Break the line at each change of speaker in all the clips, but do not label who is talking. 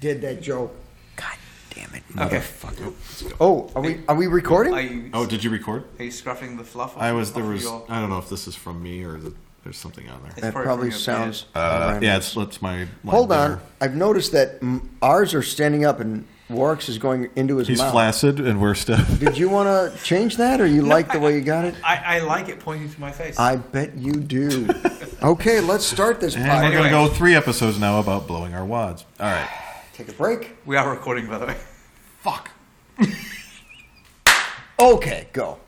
did that joke.
God damn it.
Okay.
Motherfucker.
Oh, are we are we recording?
Are you,
Oh, did you record?
are you scruffing the fluff?
I was
off
there
of
was
your-
I don't know if this is from me or the, there's something on there.
that
probably
probably
from your
sounds.
Uh,
random.
yeah, it's it's my line
Hold on.
there.
I've noticed that mm, ours are standing up and Warwick's is going into his
He's
mouth.
flaccid and we're still.
Did you want to change that, or you like the way you got it?
I, I like it pointing to my face.
I bet you do. okay, let's start this
And we're
podcast.
gonna
Anyway.
go three episodes now about blowing our wads. All right.
Take a break.
we are recording, by the way.
Fuck.
Okay, go.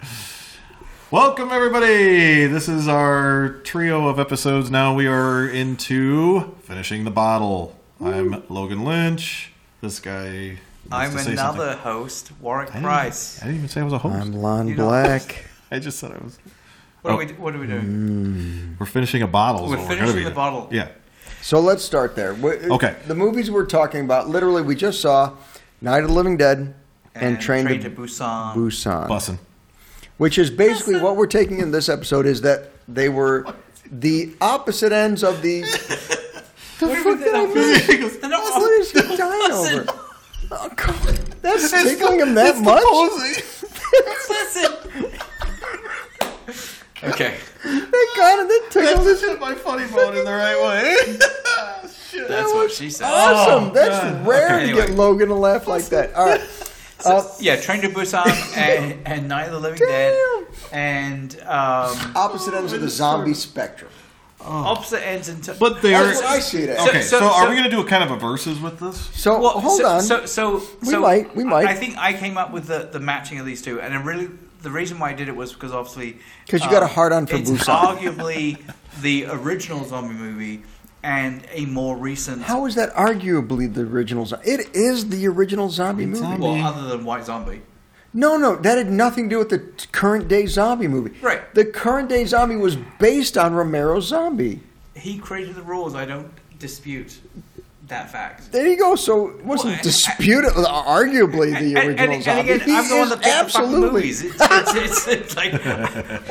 Welcome everybody. This is our trio of episodes. Now we are into finishing the bottle. I'm Logan Lynch. This guy. wants
I'm
to say
another
something.
host, Warwick
I didn't-
Price.
I didn't even say I was a host.
I'm Lon
You know-
Black.
I just said I was.
What,
Oh.
are we, what are we doing?
We're finishing a bottle. is
We're
what gonna
finishing
be
the
doing.
bottle.
Yeah.
So let's start there. We- uh,
Okay.
The movies we're talking about, literally, we just saw Night of the Living Dead and, Train, to,
Busan.
Busan,
Bussin'.
which is basically what we're taking in this episode is that they were the opposite ends of the. the
Where
fuck
did
did I
that-
miss?
He goes,
And that was-
What is he dying over?
Listen.
Oh, come on. That's tickling him that much?
Listen. okay.
That kind of that tickled his.
hit my funny bone in the right way.
That's what she said.
Awesome.
Oh,
That's
God.
rare
Okay,
to
anyway.
get Logan to laugh like that. All right. Uh,
Yeah, Train to Busan and, and Night of the Living Dead and um,
opposite ends of the zombie spectrum.
opposite ends in. T-
Oh. But they are.
That's what I see it as.
Okay, so,
So-
are
so-
we going to do a kind of a verses with this?
So
Well,
hold
so,
on.
So, so,
We
so
might, we might.
I think I came up with the, the matching of these two, and I really the reason why I did it was because obviously um,
'Cause you got a hard-on for
It's
Busan.
arguably the original zombie movie and a more recent.
How is that arguably the original? zo- It is the original zombie
It's
movie.
on-
well, other than White Zombie,
No, no, that had nothing to do with the t- current day zombie movie.
Right.
The current day zombie was based on Romero's zombie.
he created the rules. I don't dispute that fact.
There you go. So it wasn't
Well, I-
disputed. uh, arguably, the
And-
original
and, and,
zombie.
again,
He
I'm the one
is
that picked the fucking
absolutely.
movies. It's, it's, it's, it's like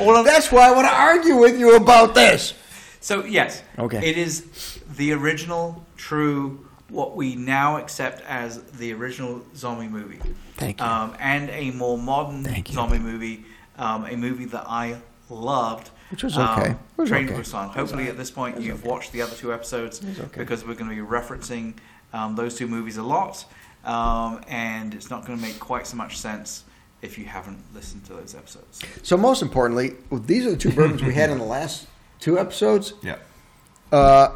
all of
That's why I want to argue with you about this.
So yes,
Okay.
It is the original, true, what we now accept as the original zombie movie.
Thank you.
Um, and a more modern
Thank you.
zombie movie, um, a movie that I loved, um,
Which was okay. It was
Train
okay.
to Busan. Hopefully, at this point, you've watched the other two episodes
okay.
because we're going to be referencing um, those two movies a lot, um, and it's not going to make quite so much sense if you haven't listened to those episodes.
So most importantly, these are the two bourbons we had in the last two episodes.
Yeah.
Uh,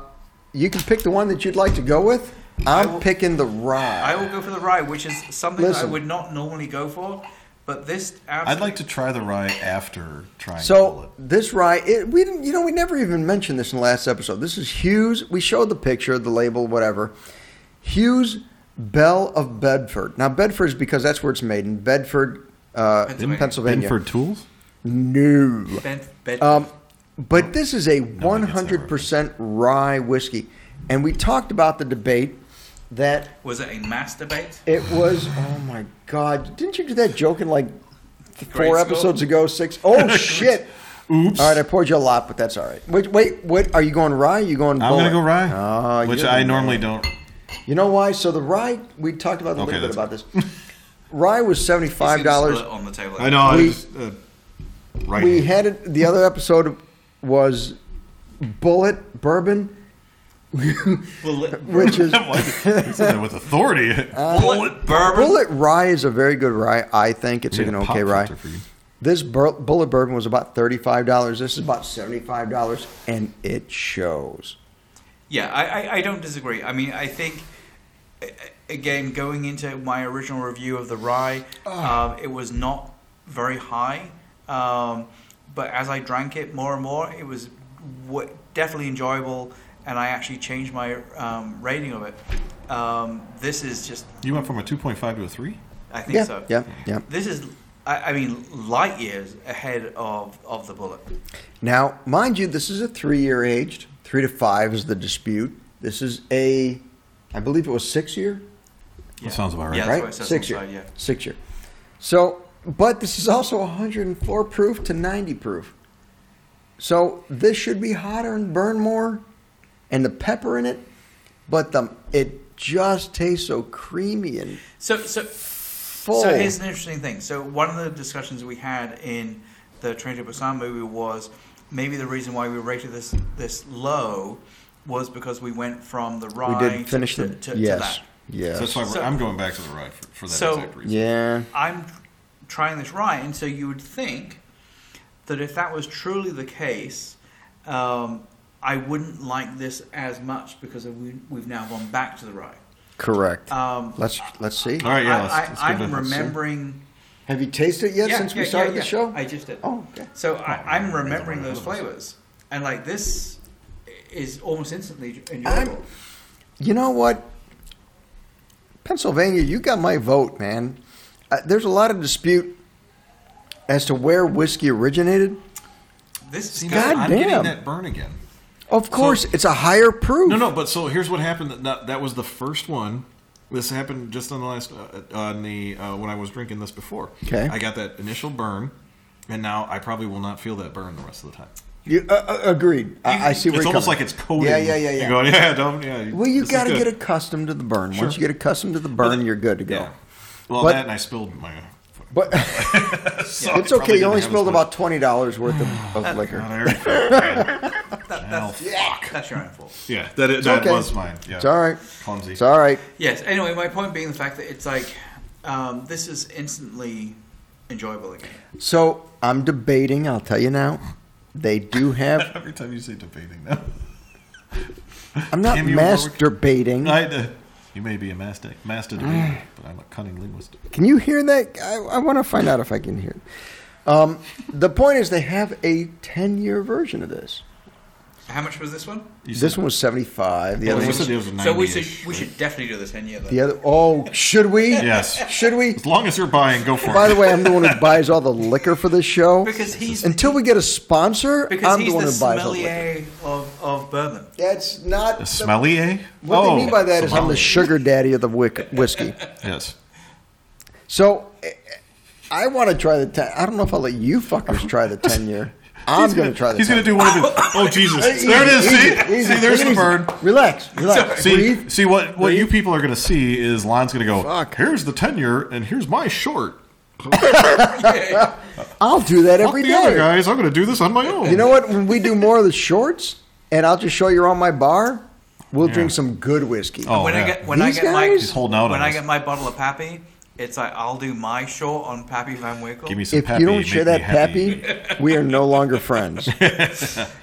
you can pick the one that you'd like to go with. I'm picking the
I
rye.
will go for the rye, which is something that I
Listen.
would not normally go for, but this
I'd
absolutely.
like to try the rye after trying
So
to
this rye, it, we didn't, you know, we never even mentioned this in the last episode. This is Hughes. We showed the picture, the label, whatever. Hughes Bell of Bedford. Now Bedford is because that's where it's made in Bedford, uh,
Pennsylvania.
pull it.
Pennsylvania.
Benford Tools?
No.
Ben- Ben-
Um, but this is a
I guess that
100% rye whiskey. And we talked about the debate that
was it a masturbate?
it was, oh my God, didn't you do that joke in like th-
Grade
four
school?
episodes ago, six? Oh shit.
Oops.
All right, I poured you a lot, but that's all right. Wait, wait, what? Are you going rye? Are you going
I'm going to
bullet?
go rye,
Ah,
which
you're
I
the
normally
man.
don't.
You know why? So the rye, we talked about a
Okay,
little bit
that's
about this. rye was $75.
He's gonna spill it on the table.
I know. I
We-
just, uh, right.
we
hand.
had it the other episode was bullet bourbon
Bullet,
which is
Why did- he said that with authority.
Ah,
bullet bourbon.
bullet rye is a very good rye i think it's
Made
an
a pop
okay rye
filter for you.
this bur- bullet bourbon was about $35 this is about $75 and it shows
Yeah, I, I, I don't disagree. I mean, I think a- a- again, going into my original review of the rye,
Ah.
um, it was not very high. Um, but as I drank it more and more, it was w- definitely enjoyable, and I actually changed my um, rating of it. Um, this is just,
You went from a 2.5 to a 3?
I think
yeah
so.
yeah yeah
This is, I, I mean, light years ahead of, of the bullet.
now mind you this is a three year aged three to five is the dispute this is a i believe it was six year
Yeah.
sounds about right.
Yeah, that's
right?
what it says
Six
on the
year.
side, yeah.
Six year. So, but this is also 104 proof to 90 proof. So this should be hotter and burn more, and the pepper in it. But the it just tastes so creamy and
So, so,
full.
so here's an interesting thing. So one of the discussions we had in the Train to Busan movie was maybe the reason why we rated this this low was because we went from the
we
rye
did finish
to,
the
to, to
yes,
that.
yes,
So that's why we're,
So-
I'm going back to the ride for, for that
So-
exact reason.
yeah.
I'm trying this rye, and so you would think that if that was truly the case, um, I wouldn't like this as much because we, we've now gone back to the rye.
Correct.
Um,
let's let's see.
All right, yeah. Let's,
I,
let's
I,
give it
I'm
a-
remembering.
Have you tasted it yet
Yeah,
since
yeah,
we
yeah,
started
yeah.
the show?
I just did.
oh, okay.
So I, I'm remembering
man,
those
that's awesome.
flavors, and like this is almost instantly
I'm-
enjoyable.
You know what? Pennsylvania, you got my vote, man. Uh, there's a lot of dispute as to where whiskey originated.
this is
See,
good.
now I'm
Goddamn.
getting that burn again.
Of course, it's a higher proof.
No, no, but so here's what happened. That- That, that was the first one. This happened just on the last uh, on the uh, when I was drinking this before.
Okay.
I got that initial burn, and now I probably will not feel that burn the rest of the time.
You, uh, uh, agreed. I, I see where
it's
you're
almost
coming
like it's coated.
Yeah, yeah, yeah, yeah.
You're going, yeah, don't, yeah.
Well, you
this is
got to
good."
get accustomed to the burn.
Sure.
Once you get accustomed to the burn, you're good to go.
Yeah. Well,
But-
that and I spilled my.
But
So
it's
I probably
okay. You only
didn't have as
spilled
much.
about twenty dollars worth of, of
Oh,
liquor.
there you go.
That-
Hell,
that's,
fuck.
that's your own fault.
Yeah, that, that
okay.
was mine. Yeah.
It's all right.
Clumsy.
It's all right.
Yes. Anyway, my point being the fact that it's like um, this is instantly enjoyable again.
So I'm debating. I'll tell you now. They do have.
Every time you say debating now.
I'm not
Damn you, Robert.
masturbating.
I, uh, you may be a master, master debater,
Mm.
but I'm a cunning linguist.
Can you hear that? I, I want to find out if I can hear it. Um, the point is, they have a 10 year version of this.
How much was this one?
You
this
said-
one was 75. The
Well,
other
you
one
said
was.
it was
So we
90-ish,
should we should definitely do this ten year.
The other. Oh, should we?
Yes.
Should we?
As long as you're buying, go for
By
it.
the way, I'm the one who buys all the liquor for this show.
Because he's-
until we get a sponsor,
because
I'm the
he's
one
the
who buys all the liquor.
sommelier of, of bourbon.
That's not
the smelly, eh?
what they mean by that is Oh. I'm the
sommelier.
sugar daddy of the wick- whiskey.
Yes.
So eh, eh, I want to try the ten. I don't know if I'll let you fuckers try the ten year. I'm going to try the.
He's
10
gonna do one of his. Oh Jesus!
Hey, easy,
there it is. See,
easy, easy,
see, there's
take it
the
easy.
bird.
Relax, relax.
See,
Breathe.
see what what you people are gonna see is Lon's gonna go.
Fuck.
Here's the tenure, and here's my short.
I'll do that
Fuck
every
the
day.
other guys. I'm gonna do this on my own.
You know what? When we do more of the shorts, and I'll just show you around my bar, we'll
Yeah.
drink some good whiskey.
Oh,
when
yeah.
I get when
These
I get
guys?
my
He's
holding out
when
on
I
us.
get my bottle of Pappy, it's like I'll do my short on Pappy Van Winkle.
Give me some
if
pappy.
you don't share
make
that
me happy.
pappy, we are no longer friends.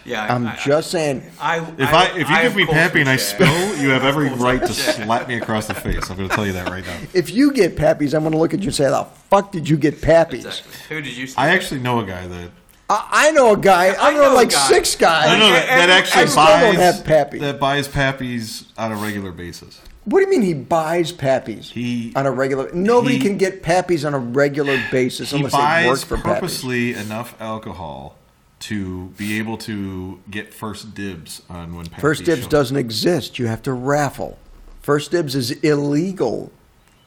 yeah, I-
I'm
I-
just saying.
I,
If I if you
I,
give
of
me
course,
pappy
will
and I
share.
spill, you have every right to
share.
slap me across the face. I'm gonna tell you that right now.
If you get pappies, I'm going to look at you and say, "How the fuck did you get pappies?"
Exactly. Who did you? Sleep
I
with?
actually know a guy that
I, I know a guy. I, know,
know a
like
guy.
six guys.
No, no, that, that
I
actually
still
buys
don't have Pappy.
that buys pappies on a regular basis.
What do you mean he buys pappies
He-
on a regular? Nobody
he-
can get pappies on a regular basis
He
unless they work
buys
for pappies.
purposely enough alcohol to be able to get first dibs on when pappies
First dibs
show up.
doesn't exist. You have to raffle. First dibs is illegal.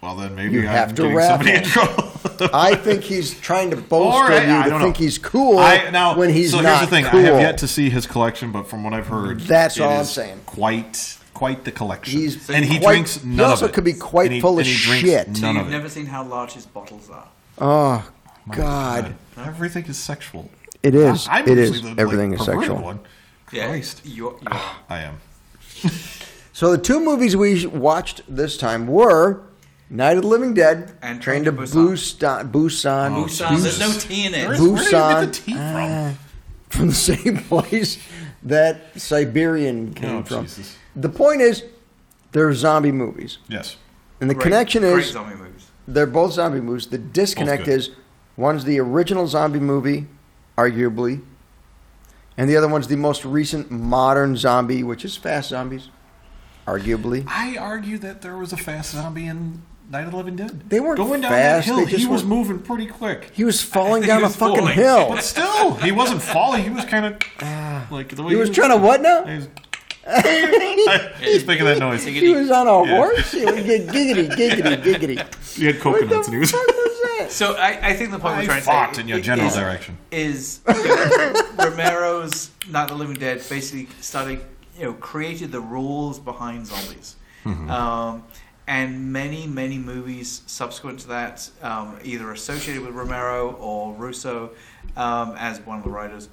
Well, then maybe
You
I'm
have to
getting
raffle.
somebody in trouble.
I think he's trying to bolster
Or, I-
you
I
to
don't
think
know.
he's cool
I, now,
when he's
so
not
here's the thing:
cool.
I have yet to see his collection, but from what I've heard,
That's
it
all I'm
is
saying.
Quite, quite the collection.
He's
and he
quite-
drinks
he
none
also
of it.
could be quite
And he-
full of
and he drinks
shit.
So
None
you've
of
never
it.
seen how large his bottles are.
Oh God,
Everything is sexual.
it is.
I'm
it
usually
is.
the, like,
Everything is
perverted
sexual.
One.
Yeah,
Christ,
you're- you're-
I am.
So the two movies we watched this time were Night of the Living Dead
And
Train
Train
to
to
Busan, Busan,
Oh,
Busan, there's no
Jesus.
tea in
There
it.
is- Where do you get the
Busan.
tea from?
Ah, from the same place that Siberian came
Oh,
from.
Jesus.
The point is, they're zombie movies,
Yes.
and the
Great-
connection
great
is
zombie movies.
they're both zombie movies. The disconnect
good.
is one's the original zombie movie, arguably, and the other one's the most recent modern zombie, which is Fast Zombies, arguably.
I argue that there was a fast zombie in Night of the Living Dead.
They weren't
going down
fast,
that
they
hill.
just
He was
were-
moving pretty quick.
He was falling
think
down
he
a
was
fucking
falling.
hill.
But still, he wasn't falling. He was kind of like the way
Ah. He was trying to what now?
He was, he's making that noise.
He was on a
Yeah.
horse. He was get giggity, giggity, giggity.
He had
What the
coconuts and he was.
fuck was that?
So I, I think the point we're
I
trying
fought
to say
in your general
is,
direction.
is you know, Romero's Night of the Living Dead basically started, you know, created the rules behind zombies.
Mm-hmm.
Um, and many, many movies subsequent to that, um, either associated with Romero or Russo um, as one of the writers,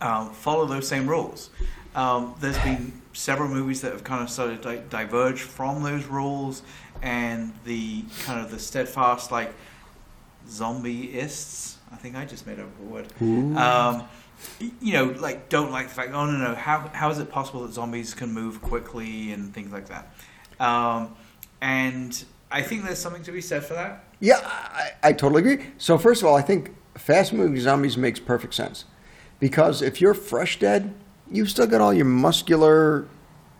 um, follow those same rules. Um, there's been several movies that have kind of started to di- diverge from those rules and the kind of the steadfast like zombieists. I think I just made up a word. Um, y- you know, like don't like the fact. Oh no, no. How how is it possible that zombies can move quickly and things like that? Um, and I think there's something to be said for that.
Yeah, I, I totally agree. So first of all, I think fast moving zombies makes perfect sense because if you're fresh dead, you've still got all your muscular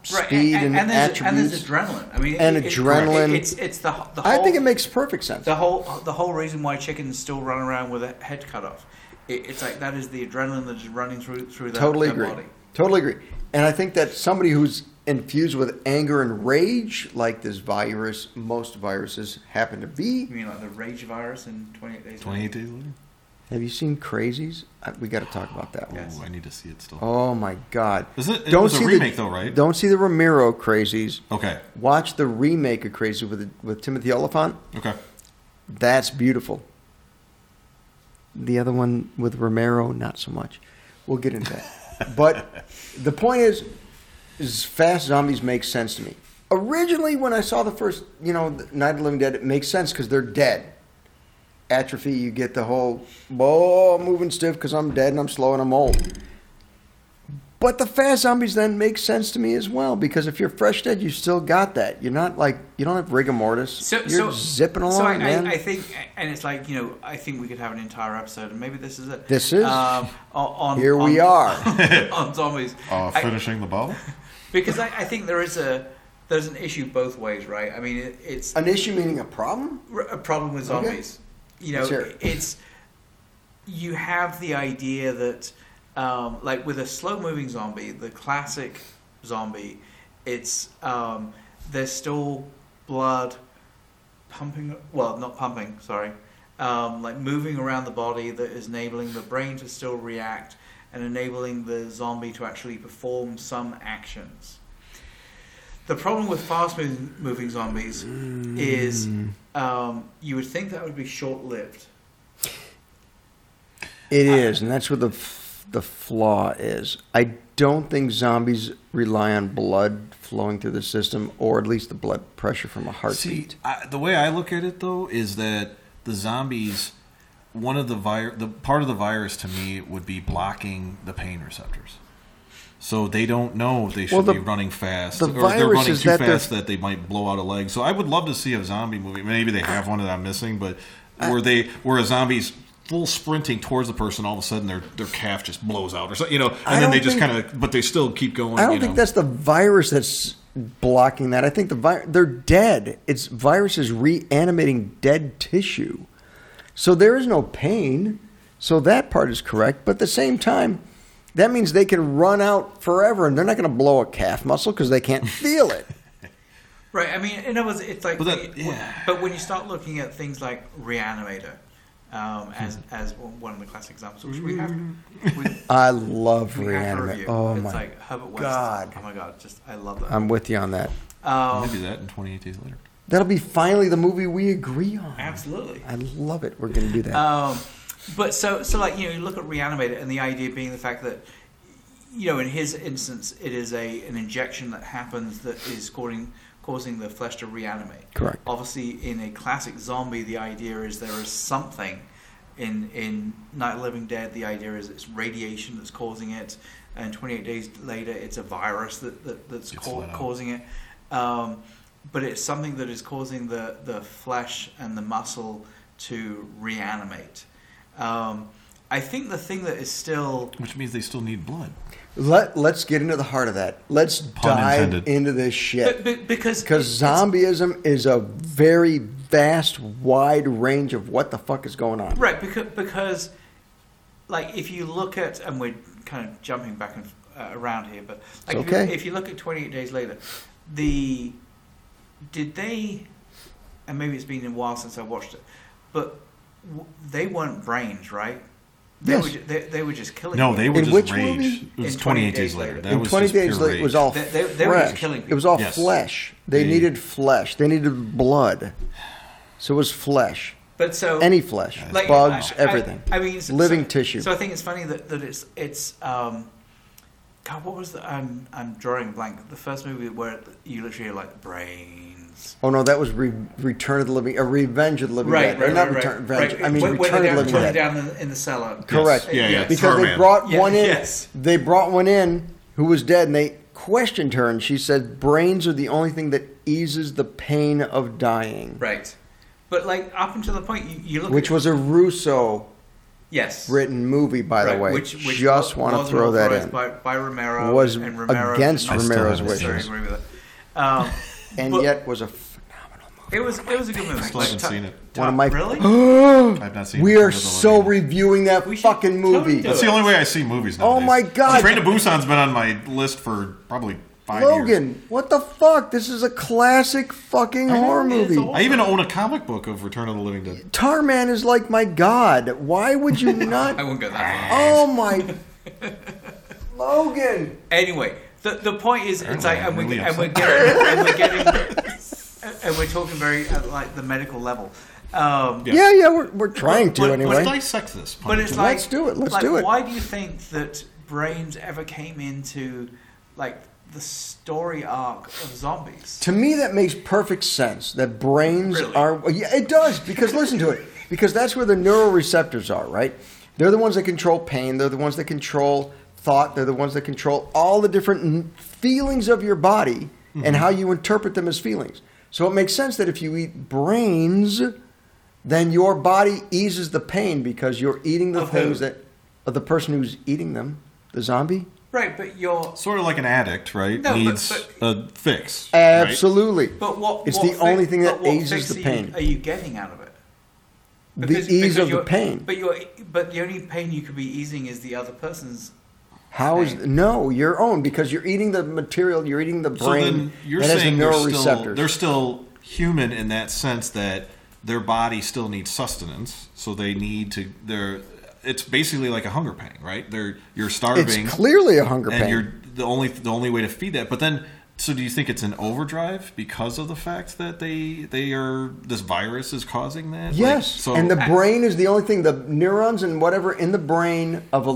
speed and,
there's, and
attributes.
there's adrenaline. I mean,
And adrenaline.
it's it's the the
I
whole.
think it makes perfect sense.
the whole the whole reason why chickens still run around with a head cut off. It, it's like that is the adrenaline that is running through through their,
totally
their
agree.
body.
Totally agree. And I think that somebody who's infused with anger and rage, like this virus, most viruses happen to be.
You mean like the rage virus in 28 days? Later?
28 days later?
Have you seen Crazies? I- We got to talk about that one.
Yes.
Ooh, I need to see it still.
Oh my God!
Is it- it was a remake
the,
though, right?
Don't see the Romero Crazies.
Okay.
Watch the remake of Crazy with with Timothy Oliphant.
Okay.
That's beautiful. The other one with Romero, not so much. We'll get into that. but the point is, is fast zombies make sense to me. Originally, when I saw the first, you know, Night of the Living Dead, it makes sense because they're dead. Atrophy, you get the whole, oh, I'm moving stiff because I'm dead and I'm slow and I'm old. But the fast zombies then make sense to me as well because if you're fresh dead, you still got that. You're not like you don't have rigor mortis.
So,
you're
so,
zipping along,
so I,
man.
I, I think, and it's like you know, I think we could have an entire episode, and maybe this is it.
This is.
um, on, on-
Here we
on-
are.
on zombies.
Uh,
I-
finishing the bottle?
because I, I think there is a there's an issue both ways, right? I mean, it, it's
An issue meaning a problem?
r- a problem with
Okay.
zombies. You know,
Let's hear it.
it's you have the idea that um, like with a slow moving zombie, the classic zombie, it's um, there's still blood pumping. Well, not pumping. Sorry, um, like moving around the body that is enabling the brain to still react and enabling the zombie to actually perform some actions. The problem with fast moving, moving zombies is
Mm.
um, you would think that would be short lived.
It is, and that's where the f- the flaw is. I don't think zombies rely on blood flowing through the system, or at least the blood pressure from a
See,
heartbeat.
I, the way I look at it though is that the zombies, one of the virus, the part of the virus to me would be blocking the pain receptors. So they don't know they should
Well, the-
be running fast,
the
or they're
virus
running
is
too
that they're-
fast that they might blow out a leg. So I would love to see a zombie movie. Maybe they have one that I'm missing, but where they where a zombie's full sprinting towards the person, all of a sudden their their calf just blows out, or so you know,
I
and then
don't
they just
think-
kind of, but they still keep going.
I don't
you
think
know.
that's the virus that's blocking that. I think the vi- they're dead. It's viruses reanimating dead tissue. So there is no pain. So that part is correct. But at the same time, that means they can run out forever and they're not going to blow a calf muscle because they can't feel it.
Right. I mean, in other words, it's like.
But
But,
that- yeah.
but when you start looking at things like Reanimator, um,
Hmm.
as as one one of the classic examples, which we have, we,
I love
we have to
reanimate.
review.
Oh
it's
my!
like Herbert West.
God.
Oh my god! Just I love that.
I'm with you on that.
Um,
maybe that in 28 days later.
That'll be finally the movie we agree on.
absolutely.
I love it. We're gonna do that.
Um, but so so like you know you look at Reanimator and the idea being the fact that you know in his instance it is a an injection that happens that is causing causing the flesh to reanimate.
Correct.
Obviously, in a classic zombie, the idea is there is something. In in Night of the Living Dead, the idea is it's radiation that's causing it, and 28 days later, it's a virus that, that that's
Gets
cau-
let out.
causing it. Um, but it's something that is causing the the flesh and the muscle to reanimate. Um, I think the thing that is still
Which means they still need blood.
Let Let's get into the heart of that. Let's
Pun
dive
intended.
into this
be-
shit.
be- because
Because zombieism is a very vast, wide range of what the fuck is going on.
Right, because because like if you look at and we're kind of jumping back and uh, around here, but like
It's
if you-
okay.
if you look at 28 days later, the did they and maybe it's been a while since I watched it, but w- they weren't brains, right? They,
Yes.
were, ju- they, they were just killing.
No,
it.
they were
In
just
which
rage.
movie?
It was
In
28 days later. That
And
was
20
just
days
pure
later, it was
rage.
all
They-
flesh.
they- they were just killing
It was all
people. Yes.
flesh. They
They-
needed flesh. They needed blood. So it was flesh.
But so
Any flesh.
like,
bugs,
I- I-
everything.
I, mean, so-
living
so-
tissue.
So I think it's funny that, that it's it's. Um, God, what was the? I'm I'm drawing a blank. The first movie where you literally are like brains.
oh, no, that was re- Return of the Living, uh, Revenge of the Living
Right,
Dead.
right,
Or
right,
not
right,
Return,
right.
Revenge. I mean,
when, when
Return
they're
of
down,
the Living
when
Dead.
they're down in, in the cellar.
Yes.
Correct.
Yeah, yeah.
Yes.
Because they
Tarman.
brought
Yeah,
one in.
yes.
They brought one in who was dead, and they questioned her, and she said, "Brains are the only thing that eases the pain of dying,"
Right. But like up until the point you, you look,
which
at,
was a Russo
yes,
written movie, by
Right,
the way.
which, which
Just
wa-
want to
was
throw that
authorized
in.
By, by Romero
Was
and Romero
against
did not
Romero's
necessarily
wishes.
agree with it. Um,
and
but
yet was a phenomenal movie.
it was it was a good movie.
Still haven't seen it.
One of my-
really.
I've not seen
We
it.
are
Another
so
one.
reviewing that
We should
fucking movie.
totally do
That's the only way I see movies
Oh
nowadays.
my God.
Train to Busan's been on my list for probably five years.
Logan, what the fuck? This is a classic fucking
know,
horror
it is
movie.
awful.
I even own a comic book of Return of the Living Dead.
Tarman is like my god. Why would you not?
I won't go that far.
Oh my, Logan!
Anyway, the the point is, it's like, and,
I'm
we,
really
and we're getting, and we're getting, and we're talking very at like the medical level. Um,
Yeah.
Yeah, yeah, we're, we're trying to
But- but
anyway.
Let's dissect this.
But it's like,
Let's do it, let's
like,
do it.
Why do you think that brains ever came into like the story arc of zombies?
to me, that makes perfect sense. That brains
Really?
are. Yeah, it does because listen to it. Because that's where the neuroreceptors are, right? They're the ones that control pain. They're the ones that control thought. They're the ones that control all the different n- feelings of your body
Mm-hmm.
and how you interpret them as feelings. So it makes sense that if you eat brains, then your body eases the pain because you're eating the
Of who?
things that of the person who's eating them, the zombie.
Right, but you're
sort of like an addict, right?
No, but-
Needs
but-
a fix. right?
Absolutely.
But what?
It's
what
the only thing
but
that
what
eases
fix
the
are you-
pain.
Are you getting out of it?
The
Because-
ease
because
of the
you're-
pain.
But you're, but the only pain you could be easing is the other person's.
How is
Pain.
no your own because you're eating the material, you're eating the brain
So then you're
that has the
saying they're still,
neuroreceptors.
they're still human in that sense that their body still needs sustenance, so they need to. They're it's basically like a hunger pang, right? They're you're starving,
it's clearly a hunger
and
pain.
you're the only the only way to feed that. But then, so do you think it's an overdrive because of the fact that they they are this virus is causing that? Like,
yes,
so
and the
I-
brain is the only thing. The neurons and whatever in the brain of a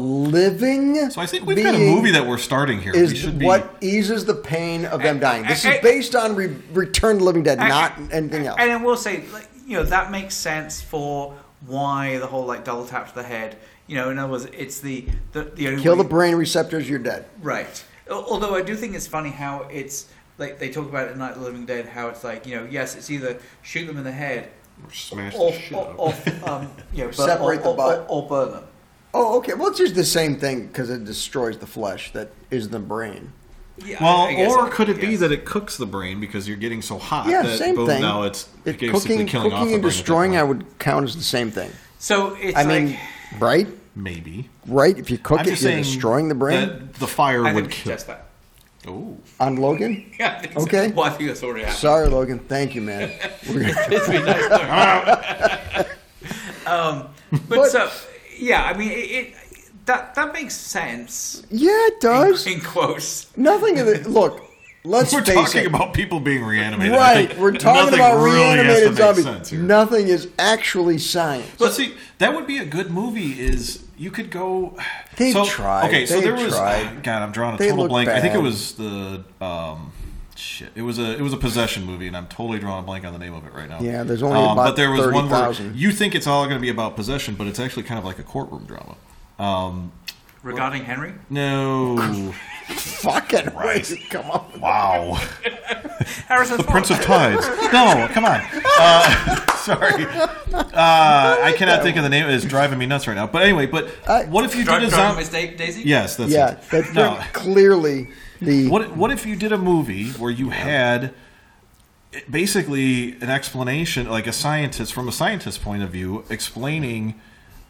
living.
so I think we've
being
got a movie that we're starting here. we
is
should be
what eases the pain of them dying. This
I-
is
I-
based on re- Return to the Living Dead, not anything else.
And I will say, like, you know, that makes sense for why the whole like double tap to the head. You know, in other words, it's the the, the only
Kill
way-
the brain receptors, you're dead.
Right. Al- Although I do think it's funny how it's like they talk about it in Night of the Living Dead, how it's like you know, yes, it's either shoot them in the head
smash the
or,
shit
or,
out of
or um, you know, burn,
Separate
or,
the
or-
body.
or, or burn them.
Oh, okay. Well, it's just the same thing because it destroys the flesh that is the brain.
Yeah, I-
Well,
I guess
or
I-
could it be
yes.
that it cooks the brain because you're getting so hot?
Yeah,
that
same
both
thing.
Now it's
It,
basically
cooking,
killing off
cooking
the
and
brain at that
destroying, I
point.
would count as the same thing.
So it's
I
like.
mean, right?
maybe.
Right? If you cook
I'm
it,
just
you're
saying
destroying the brain
that the fire
I
would
would
kill.
suggest that.
Oh,
on Logan.
Yeah, I think so.
Okay.
Well, I think that's already happened.
Sorry, Logan. Thank you, man. We're gonna-
It's been nice knowing you. um, but,
But-
so, yeah, I mean, it, it that that makes sense.
yeah, it
in-
does.
In quotes.
Nothing of it. Look, let's
we're
face
talking
it.
about people being reanimated. I
right.
think
We're talking
nothing
about
really has to
reanimated
make sense
zombies.
here.
Nothing is actually science.
But see, that would be a good movie. Is you could go.
They've
so,
tried.
Okay, so
They've
there was.
tried.
God, I'm drawing a
They
total
look
blank. I think it
bad.
was the. Um, shit, it was a it was a possession movie, and I'm totally drawing a blank on the name of it right now. Um,
Yeah, there's only about
but there was one where
30,000.
you think it's all going to be about possession, but it's actually kind of like a courtroom drama. Um,
Regarding Henry,
no,
Fucking right.
Christ.
Come on.
wow,
Harrison
the Prince of Tides. No, come on. Uh, sorry, uh, I cannot think of the name. It's driving me nuts right now. But anyway, but
I-
what if you
Drive,
did a
Driving
zombie?
Miss Da- Daisy.
Yes, that's
Yeah,
it.
that's
no.
clearly the.
What what if you did a movie where you had eh, basically an explanation, like a scientist from a scientist's point of view, explaining,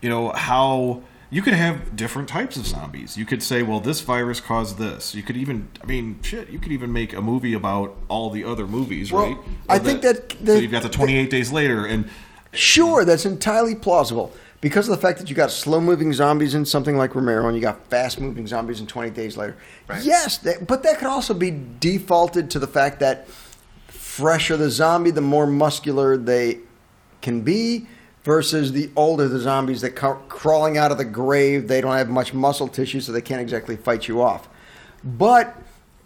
you know, how you could have different types of zombies. You could say, well, this virus caused this. You could even, I mean, shit, you could even make a movie about all the other movies,
Well,
right?
I
Of
think that-
so
that-
you've got the 28 days later, and
Sure, that's entirely plausible. because of the fact that you got slow moving zombies in something like Romero and you got fast moving zombies in 20 Days Later.
Right.
Yes, that, but that could also be defaulted to the fact that fresher the zombie, the more muscular they can be, versus the older the zombies that come crawling out of the grave, they don't have much muscle tissue, so they can't exactly fight you off. But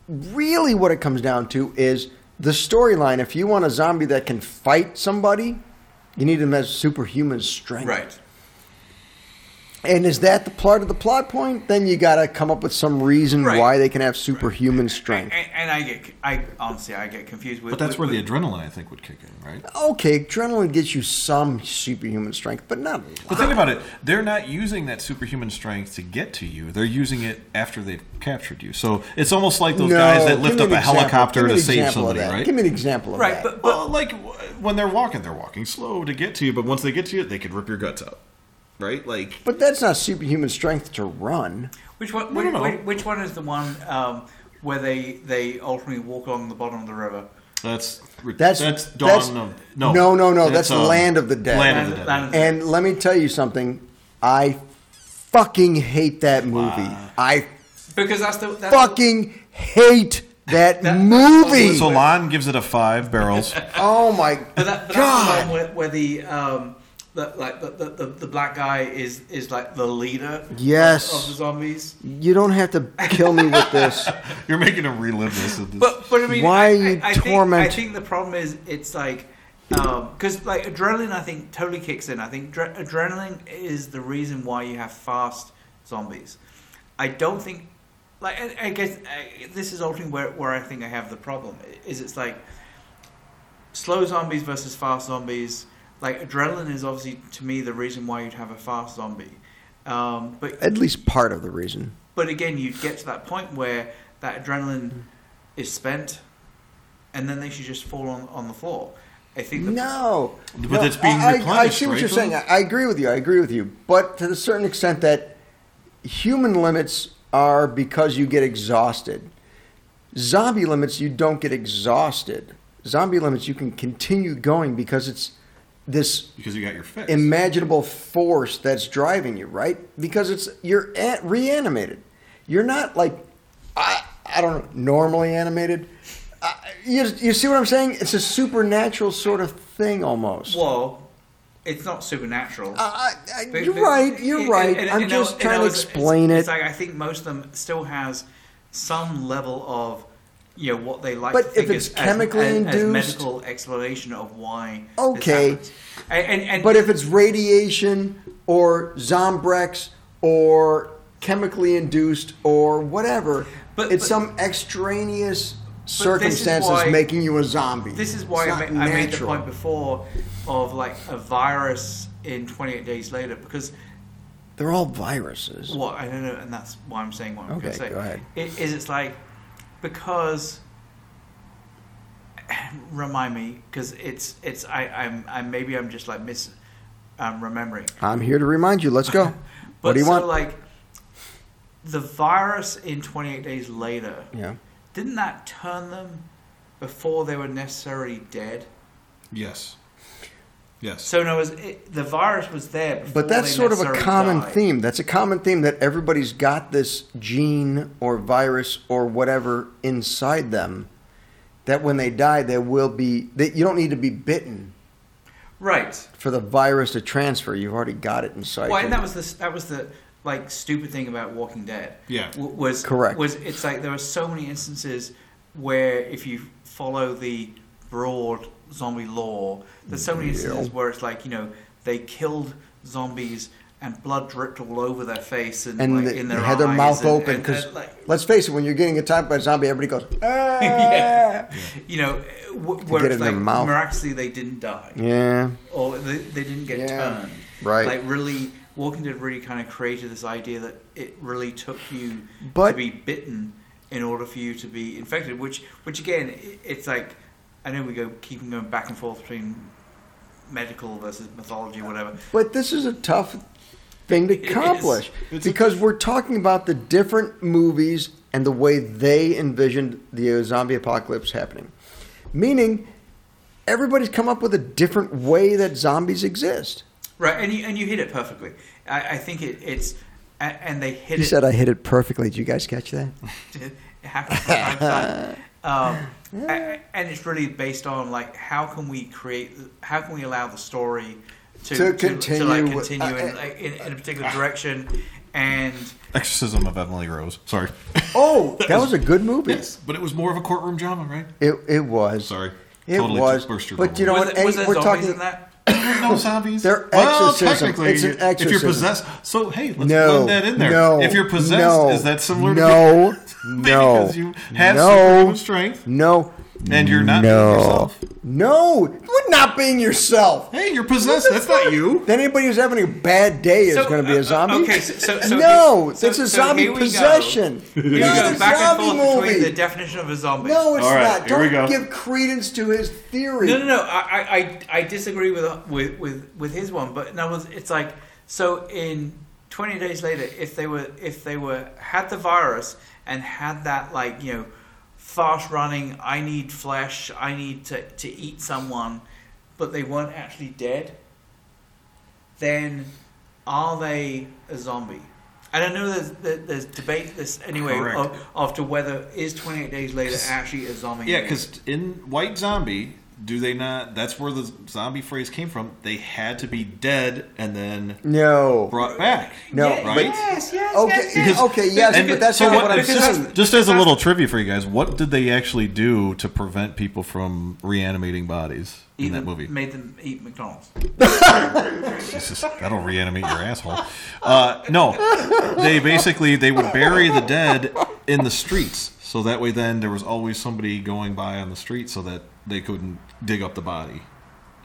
really, what it comes down to is the storyline. If you want a zombie that can fight somebody, you need them as superhuman strength.
Right.
And is that the part of the plot point? Then you got to come up with some reason
Right.
why they can have superhuman strength.
And, and I get, I honestly, I get confused with.
But that's
with-
where the
with-
adrenaline, I think, would kick in, right?
Okay, adrenaline gets you some superhuman strength, but not a lot.
But think about it. They're not using that superhuman strength to get to you. They're using it after they've captured you. So it's almost like those
No,
guys
give
that lift
me
up
an
a
example. Give
helicopter
me an
to save
example of
somebody,
that.
right?
Give me an example of
right,
that.
but, but
well, like w- when they're walking, they're walking slow to get to you, but once they get to you, they could rip your guts out, right? Like
But that's not superhuman strength to run.
Which one?
No,
which,
no, no.
which- which one is the one um, where they they ultimately walk along the bottom of the river?
that's
That's-
that's that's dawn
that's-
of no um,
no, no, no, that's Land of the Dead.
Land of
Land-
the Dead.
Land of the
And let me tell you something. I fucking hate that movie. I
Because that's the that's
fucking hate that,
That-
movie.
so Lon gives it a five barrels.
oh my
The, but that, but that's the
god.
one where, where the um, the, like the, the, the, the black guy is is like the leader.
Yes.
Of, of the zombies.
You don't have to kill me with this.
You're making him relive this. At this.
But but I mean,
Why
I-
are you
I, I
torment-
Think, I think the problem is it's like because like adrenaline, I think totally kicks in. I think dre- adrenaline is the reason why you have fast zombies. I don't think like I, I guess I, this is ultimately where where I think I have the problem is it's like slow zombies versus fast zombies. Like adrenaline is obviously to me the reason why you'd have a fast zombie. Um, but
At least part of the reason.
but again, you get to that point where that
Hmm.
adrenaline is spent, and then they should just fall on, on the floor. I think the,
No,
But
no,
it's being
I, I- I
replenished,
see what
right,
you're
though?
saying. I, I agree with you. I agree with you. But to the certain extent that human limits are because you get exhausted. Zombie limits, you don't get exhausted. Zombie limits, you can continue going because it's this
because you got your fix.
imaginable force that's driving you, right? Because it's you're a reanimated. You're not like I I don't know normally animated. I, you you see what I'm saying? It's a supernatural sort of thing almost.
well, it's not supernatural.
I, I,
But-
Uh, you're
but-
right. You're
and-
right.
and-
I'm
and
just
I- and I
trying to
was-
explain
it's- It's
it.
like I think most of them still has some level of you know what they like.
But
to
if
think
it's
as-
chemically
as, as,
induced-
medical explanation of why. this
Okay.
happens. and, and, and
But if it's radiation or Zombrex or chemically induced or whatever,
But-
it's
but-
some extraneous
is
circumstance that's
why-
making you a zombie.
This is why
It's
I,
not
ma- I made the
natural.
point before of like a virus in 28 days later because
They're all viruses.
what I don't know, and that's why I'm saying what I'm going
Okay,
to say.
go ahead.
It, is it's like because remind me because it's it's I I'm I maybe I'm just like mis um, remembering.
I'm here to remind you. Let's go.
But
what do you
so
want?
like the virus in 28 days later
yeah.
didn't that turn them before they were necessarily dead?
yes, yes.
So no, was it, the virus was there. Before
But that's
they
sort of a
necessarily
common
died.
theme. That's a common theme that everybody's got this gene or virus or whatever inside them that when they die, they will be, that you don't need to be bitten
right?
for the virus to transfer. You've already got it inside
Well,
you.
and that was the that was the like stupid thing about Walking Dead.
Yeah.
w- was
Correct.
Was it's like there were so many instances where if you follow the broad zombie lore, there's so many instances
Yeah.
where it's like you know they killed zombies and blood dripped all over their face and,
and
like,
they-
in
they
their
had their
eyes
mouth
and-
open
and-
because
and, like,
let's face it, when you're getting attacked by a zombie, everybody goes, ah.
yeah. you know, w- where
get
it's
in their
like
mouth.
miraculously they didn't die.
yeah.
or they, they didn't get
Yeah,
turned.
right.
Like really, Walking Dead really kind of created this idea that it really took you
But-
to be bitten in order for you to be infected. Which, which again, i- it's like I know we go keep going back and forth between medical versus mythology, whatever.
But this is a tough thing
It
to
is.
accomplish
It's a-
because we're talking about the different movies and the way they envisioned the zombie apocalypse happening. Meaning, everybody's come up with a different way that zombies exist.
Right, and you, and you hit it perfectly. I, I think it, it's a- and they hit
You
it.
said I hit it perfectly. Did you guys catch that?
it happens from time to time. Um, a- a- and it's really based on like how can we create, how can we allow the story to,
To
to, like,
continue with-
continue in,
uh,
like, in, in a particular direction, and
Exorcism of Emily Rose. Sorry.
Oh, that, was, a good movie.
but it was more of a courtroom drama, right?
It it was.
Sorry.
It
Totally
was.
burst your
But
bubble.
you know
was,
what?
it, was
Hey,
there
we're
zombies
talking-
in that?
There's no zombies.
They're
well,
exorcism.
technically,
It's an
if you're
exorcism.
possessed, so hey, let's
No,
blend that in there.
no,
if you're possessed,
no,
is that similar?
no,
to
no,
because you have
no.
superhuman strength
No,
and you're not being
no,
yourself.
no. We're not being yourself.
Hey, you're possessed. That's not you.
Then anybody who's having a bad day is
So,
going to be
uh,
a zombie.
okay, so- so- so
no,
he- so-
it's a
so
zombie
here we go.
possession.
You
Not
go
a
back and
zombie
forth
movie.
between the definition of a zombie.
no, it's
All right,
not.
here
Don't
we go.
give credence to his theory.
No, no, no. I, I- I, I disagree with, with with with his one, but no, it's- it's like so. In twenty days later, if they were if they were had the virus and had that like you know fast running, I need flesh, I need to to eat someone, but they weren't actually dead. Then are they a zombie? And I know there's, there- there's debate this anyway
Correct.
of, of to whether is 28 days later actually a zombie.
Yeah, because in White Zombie, do they not? That's where the zombie phrase came from. They had to be dead and then
no.
brought back.
No,
Yeah,
but-
yes, yes,
Okay,
yes, yes.
because- okay, yes,
And-
but that's
so
not
what-
what I'm
because-
saying.
Just as a little trivia for you guys, what did they actually do to prevent people from reanimating bodies in that
Even
movie?
Made them eat McDonald's.
Jesus, that'll reanimate your asshole. Uh, no, they basically they would bury the dead in the streets, so that way then there was always somebody going by on the street, so that they couldn't dig up the body.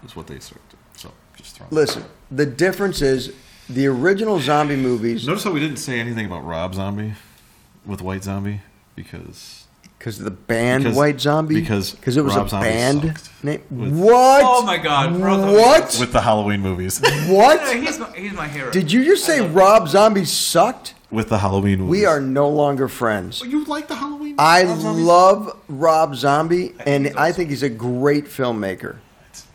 Is what they started. So just throwing.
Listen, the difference is the original zombie movies
Notice how we didn't say anything about Rob Zombie with White Zombie because
Because of the band
Because-
White Zombie?
because
it was
Rob
a
Zombie
band
sucked.
name?
With-
What?
Oh my God, Rob Zombie
What?
with the Halloween movies,
No,
What?
he's my, he's my hero. uh,
Did you just say
I love
Rob Zombie sucked?
with the Halloween movies,
We are no longer friends.
You like the Halloween?
I
Rob Zombie?
love Rob Zombie, and
he's
I think he's a great filmmaker.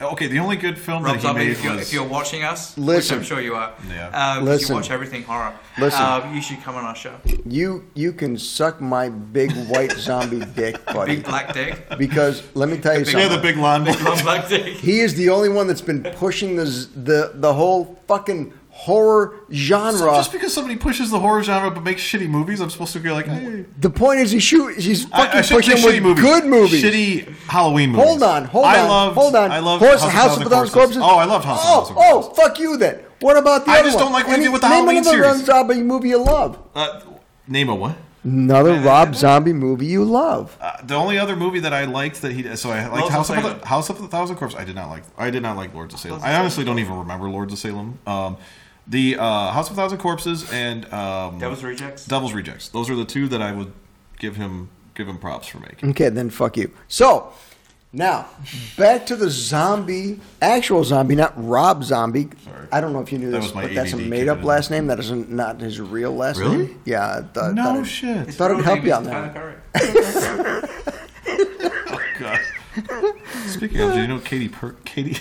Okay, the only good film
Rob
that he
Zombie,
made
if you're,
was
if you're watching us,
Listen.
which I'm sure you are,
Yeah.
uh, 'cause
Listen.
you watch everything horror.
Listen.
uh, you should come on our show.
You you can suck my big white zombie dick, buddy.
Big black dick,
Because let me tell you
Big-
something.
yeah the big lawn.
big long black dick.
He is the only one that's been pushing the z- the the whole fucking horror genre.
So just because somebody pushes the horror genre but makes shitty movies, I'm supposed to be like, hey.
The point is, he shoot. He's
I- I
fucking
shouldn't
pushing
say
with good movies.
Shitty Halloween movies.
Hold on, hold on,
I loved,
hold on.
I loved
Horse,
House, of
a
Thousand Corpses. Oh, I loved House
oh,
of a Thousand Corpses.
Oh, fuck you then. What about the
I
other
just
one?
don't like what they
Any-
did with the
name
Halloween
another Rob
series.
Zombie movie you love.
Uh, name a what?
Another Rob Zombie movie you love.
Uh, the only other movie that I liked that he so I liked
Lords of
House of,
Salem.
the, House of the Thousand Corpses. I did not like. I did not like Lords of Salem.
Lords of
I honestly don't even remember Lords of Salem. Um, the uh, House of a Thousand Corpses and um,
Devil's Rejects.
Devil's Rejects. Those are the two that I would give him give him props for making.
Okay, then fuck you. So now back to the zombie, actual zombie, not Rob Zombie.
Sorry.
I don't know if you knew
That
this,
was my
but that's a
ADD
made-up
kicking in.
last name. That is not his real last
Really?
name. Yeah. I thought-
No
thought it-
shit.
Thought it'd
His
help
real
you
name
on
is
that.
Tyler
God. Speaking of, do you know Katie Pur- Katie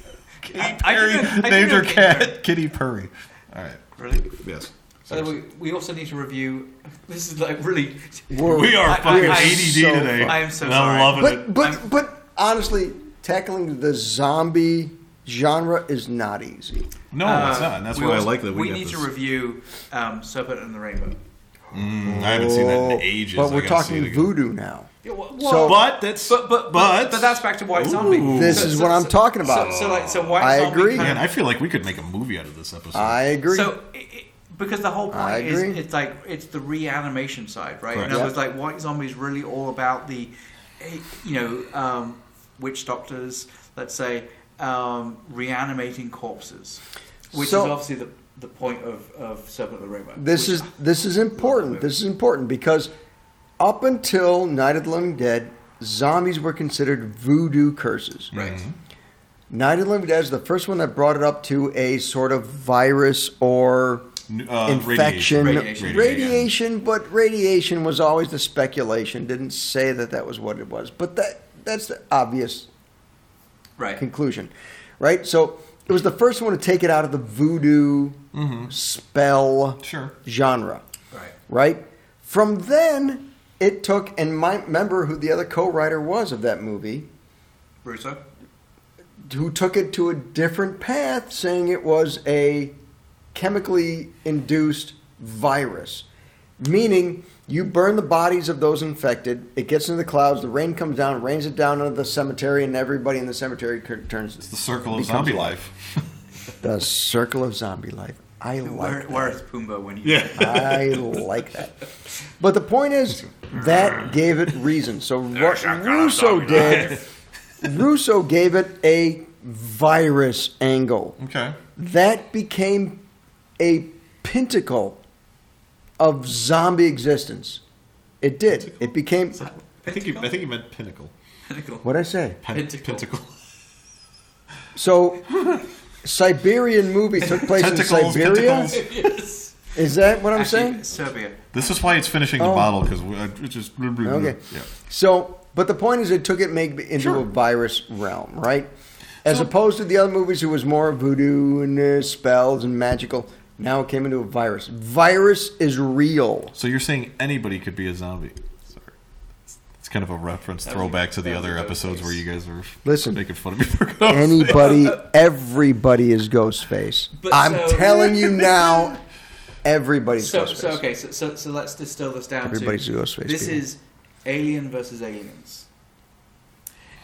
Perry. I- I do
Perry
know- I do
named
know
her
Katy
cat Kitty Purry? All right.
Perry. Really?
Yes.
By the way, we also need to review. This is like really.
We're-
We are
I-
fucking
I- I am
ADD
so
today.
I am so
and
sorry.
I'm loving
But
it.
but
I'm-
but honestly, tackling the zombie genre is not easy.
No, Oh, it's not. And that's
Uh, we
why I
also-
like that we,
We
got
need
this.
to review um, Serpent and the Rainbow.
Mm, I haven't seen that
Oh,
in ages.
But
I
we're
gotta see it
talking
again.
voodoo now.
Yeah, wha-
So-
But that's
But but but, but that's back to White
Ooh.
Zombie.
This is what I'm talking about.
So, so like so White
I
Zombie.
agree.
kind
man.
of-
I feel like we could make a movie out of this episode.
I agree.
So i i because the whole
I
point is
agree.
it's like it's the reanimation side, right?
Correct.
In other
Yeah.
words, like White Zombie is really all about the, eh, you know, um, witch doctors, let's say, um, reanimating corpses, which
So-
is obviously the the point of of Serpent of the Rainbow.
this
which-
is this is important. This is important because up until Night of the Living Dead, zombies were considered voodoo curses.
right.
Mm-hmm.
Night of the Living Dead is the first one that brought it up to a sort of virus or
N- uh,
infection,
Radiation.
radiation. But radiation was always the speculation. Didn't say that that was what it was, but that that's the obvious
Right.
conclusion, right? So it was the first one to take it out of the voodoo spell
Mm-hmm. Sure.
genre,
Right.
right? From then, it took, and my remember who the other co-writer was of that movie,
Russo?
who took it to a different path, saying it was a chemically induced virus, meaning you burn the bodies of those infected. It gets into the clouds. The rain comes down, rains it down into the cemetery, and everybody in the cemetery cur- turns.
It's the circle of
becomes-
zombie life.
The circle of zombie life. I like.
Where,
that.
where is Pumbaa when you.
I like that. But the point is, that gave it reason. So what Russo did, Russo gave it a virus angle.
okay.
That became a pinnacle of zombie existence. It did. It became.
I think you. I think you meant pinnacle.
What would I say?
Pen-
Pentacle.
Pentacle.
So, Siberian movie took place in
Tentacles,
Siberia.
tentacles.
yes.
Is that what I'm saying?
Serbia.
This is why it's finishing the
Oh.
bottle because it's just.
Okay.
Yeah.
So, but the point is, it took it make into
Sure.
a virus realm, right? As
So-
opposed to the other movies, it was more voodoo and uh, spells and magical. Now it came into a virus. Virus is real.
So you're saying anybody could be a zombie? Sorry. It's- It's kind of a reference
was-
throwback to the
that was
other
a
episodes
Ghostface.
where you guys were
Listen.
making fun of me for Ghostface.
Anybody, everybody is Ghostface.
But
I'm
so-
telling you now, everybody's
So,
Ghostface.
so okay, so, so, so let's distill this down
Everybody's a
to
Ghostface,
this
people.
is Alien versus Aliens.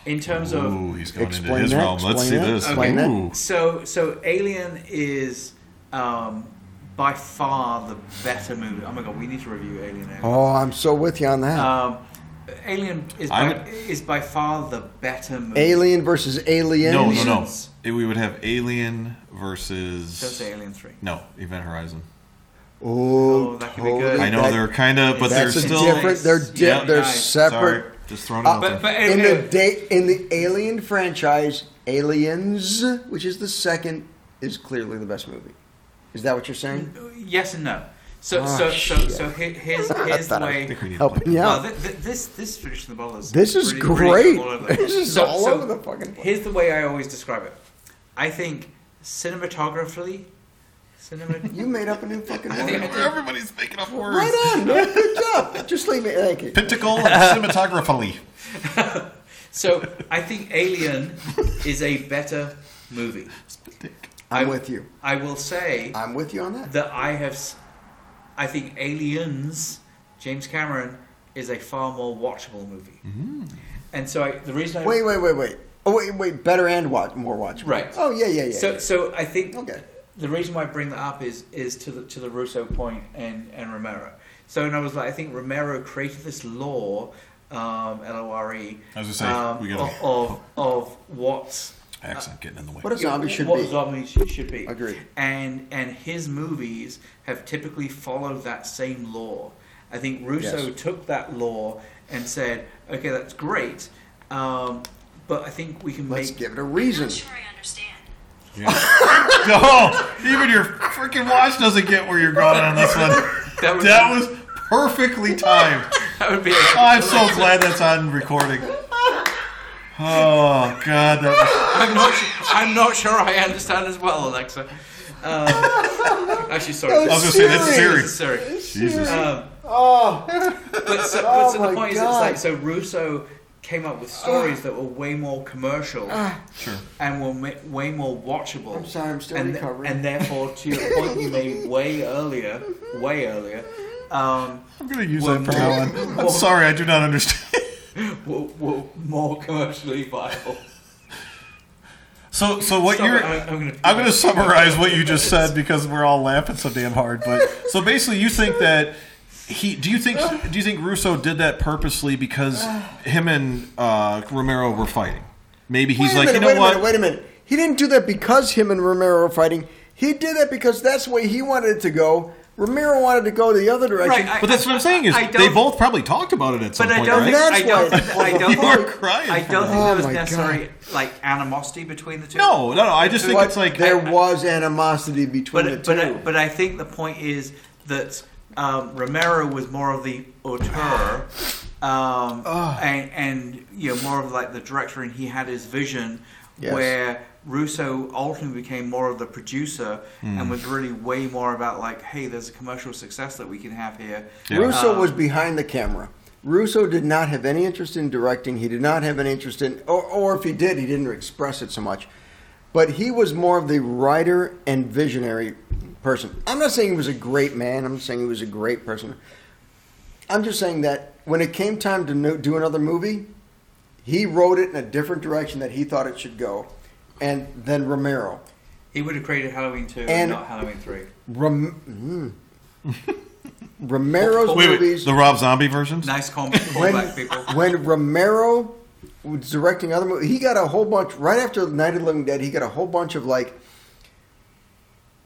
In terms
Ooh,
of
he's going into
Explain
his
that,
realm. Let's
explain
see
that,
this.
explain that.
Ooh.
so so Alien is um, by far the better movie. Oh my god, we need to review Alien. Alien.
Oh, I'm so with you on that.
Um, Alien is
I
by,
would-
is by far the better movie.
Alien versus Alien.
No, no, no.
Aliens.
It- we would have Alien versus.
Don't say Alien Three.
No, Event Horizon.
Oh,
Oh, that could be
totally.
good.
I know
that-
they're kind of, but they're
That's a
still.
different. They're di-
Yeah,
they're
guys,
separate.
Sorry, just throwing it
Uh,
out
But,
there.
but
in the
Alien,
day in the Alien franchise, Aliens, which is the second, is clearly the best movie. Is that what you're saying?
yes and no. So
Oh,
so so
shit.
so here, here's
I
here's the
thought I
I
way.
think we need to
Helping
play.
you
Well,
out.
th- th- this this tradition of the bottle is
This is
really- really
great.
all over the
This
place.
is all over the fucking place.
Here's the way I always describe it. I think cinematographically, cinema.
You made up a new fucking
I think I
word.
did.
Everybody's making up words.
Right on, man. Good job. Just leave me. Thank you.
Pentacle and cinematographically.
so I think Alien is a better movie.
I'm with you.
I will say
I'm with you on that.
that I have. s- I think Aliens, James Cameron, is a far more watchable movie.
Mm.
And so I, the reason I
Wait, wait, wait, wait. Oh, wait, wait. Better and watch more watch.
Right.
Oh yeah, yeah, yeah.
So, so I think
Okay.
the reason why I bring that up is is to the to the Russo point and and Romero. So, and I was like, I think Romero created this law, um, L O R E.
I was gonna say, we gotta-
of, of of what
Accent getting in the way.
what a zombie should
what
be.
zombies sh- should be.
Agreed.
And and his movies have typically followed that same law. I think Russo
Yes.
took that law and said, okay, that's great, um, but I think we can
Let's
make
give it a
I'm
reason.
not sure I understand.
No, even your freaking watch doesn't get where you're going on this one.
That
That
was-
was, perfectly timed.
that would be. A,
Oh, I'm so glad that's on recording. Oh God, that was,
I'm not. Sure, I'm not sure I understand as well, Alexa. Um, actually, sorry.
That
I was gonna say that's
This
Siri.
is Siri.
Jesus.
Um,
Oh,
but so,
Oh
but so
my
the point is, it's
God. Ah.
like so Russo came up with stories that were way more commercial
Sure.
and were ma- way more watchable.
I'm sorry. I'm still
and,
recovering.
and therefore, to your point you made way earlier, way earlier, um,
I'm gonna use
Well,
that from now on.
well-
I'm sorry, I do not understand.
were, were more commercially viable.
So, so what
Stop it,
you're?
I'm- I'm gonna-
I'm going to summarize what you just said because we're all laughing so damn hard. But so basically, you think that he? Do you think? Do you think Russo did that purposely because him and uh, Romero were fighting? Maybe
wait
he's
a
like,
minute,
you know
wait
what?
a minute, wait a minute. He didn't do that because him and Romero were fighting. He did that because that's the way he wanted it to go. Romero wanted to go the other direction.
Right, I-
But that's what I'm saying is
I- I
they
don't-
both probably talked about it at some
But I
point,
don't
right?
think
That's
I don't,
why-
I don't
You were
think,
crying
I don't
for
think
it.
there
Oh
was
my
necessarily like animosity between the two.
no, no, no. I just think
But
it's like
there
I- I-
was animosity between the
but
two.
but I, but I think the point is that um, Romero was more of the auteur,
Ah.
um, and and you know more of like the director, and he had his vision.
Yes.
where Russo ultimately became more of the producer
Hmm.
and was really way more about like, hey, there's a commercial success that we can have here.
Yeah.
Russo was behind the camera. Russo did not have any interest in directing. He did not have an interest in, or, or if he did, he didn't express it so much. But he was more of the writer and visionary person. I'm not saying he was a great man. I'm saying he was a great person. I'm just saying that when it came time to no, do another movie, he wrote it in a different direction that he thought it should go, and then Romero.
He would have created Halloween two and,
And-
not Halloween three.
Rom- mm. Romero's
Wait, wait,
movies.
the Rob Zombie versions?
Nice comp,
when,
callback people.
when Romero was directing other movies, he got a whole bunch right after Night of the Living Dead. He got a whole bunch of like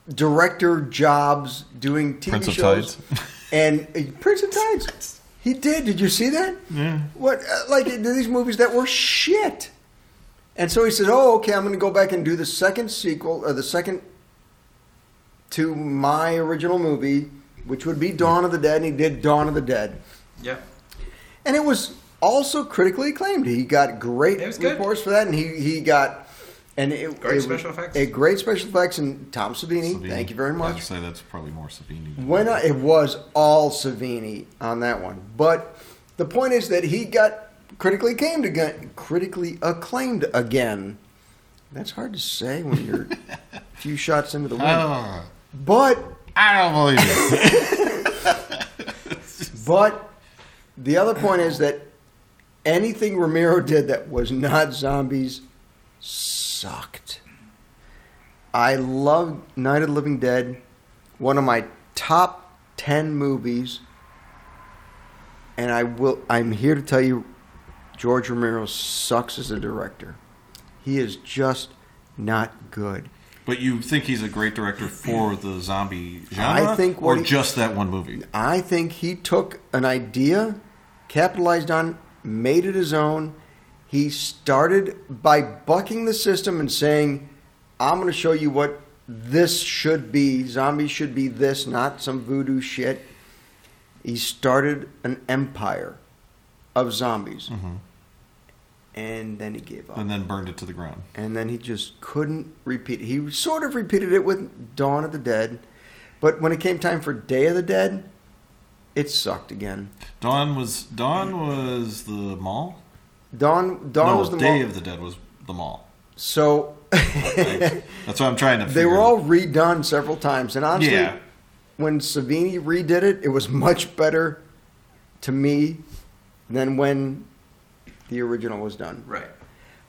director jobs doing TV
Prince of
shows.
Tides.
and uh, Prince of Tides. He did. Did you see that?
Yeah.
What uh, like uh, these movies that were shit. And so he said, "Oh, okay, I'm going to go back and do the second sequel or the second to my original movie, which would be Dawn of the Dead." And he did Dawn of the Dead.
Yep.
And it was also critically acclaimed. He got great
It was good.
reports for that, and he, he got and it,
Great
it was
special effects.
A great special effects and Tom Savini. Thank you very
I'd
much.
say that's probably more Savini. than-
When I, it was all Savini on that one, but the point is that he got critically acclaimed again. Critically acclaimed again. That's hard to say when you're a few shots into the wind.
Ah,
But
I don't believe it.
But the other point is that anything Romero did that was not zombies sucked. I love Night of the Living Dead, one of my top 10 movies. And I will I'm here to tell you George Romero sucks as a director. He is just not good.
But you think he's a great director for the zombie genre?
I think
or
what he-
just that one movie.
I think he took an idea, capitalized on, made it his own. He started by bucking the system and saying, I'm going to show you what this should be. Zombies should be this, not some voodoo shit. He started an empire of zombies. And then he gave up.
And then burned it to the ground.
And then he just couldn't repeat. He sort of repeated it with Dawn of the Dead, but when it came time for Day of the Dead, it sucked again.
Dawn was Dawn was the mall.
Dawn Dawn
no,
was the
Day
mo-
of the Dead was the mall.
so
I- that's what I'm trying to.
they
figure
were
out.
all redone several times, and honestly,
Yeah.
when Savini redid it, it was much better to me than when the original was done.
Right.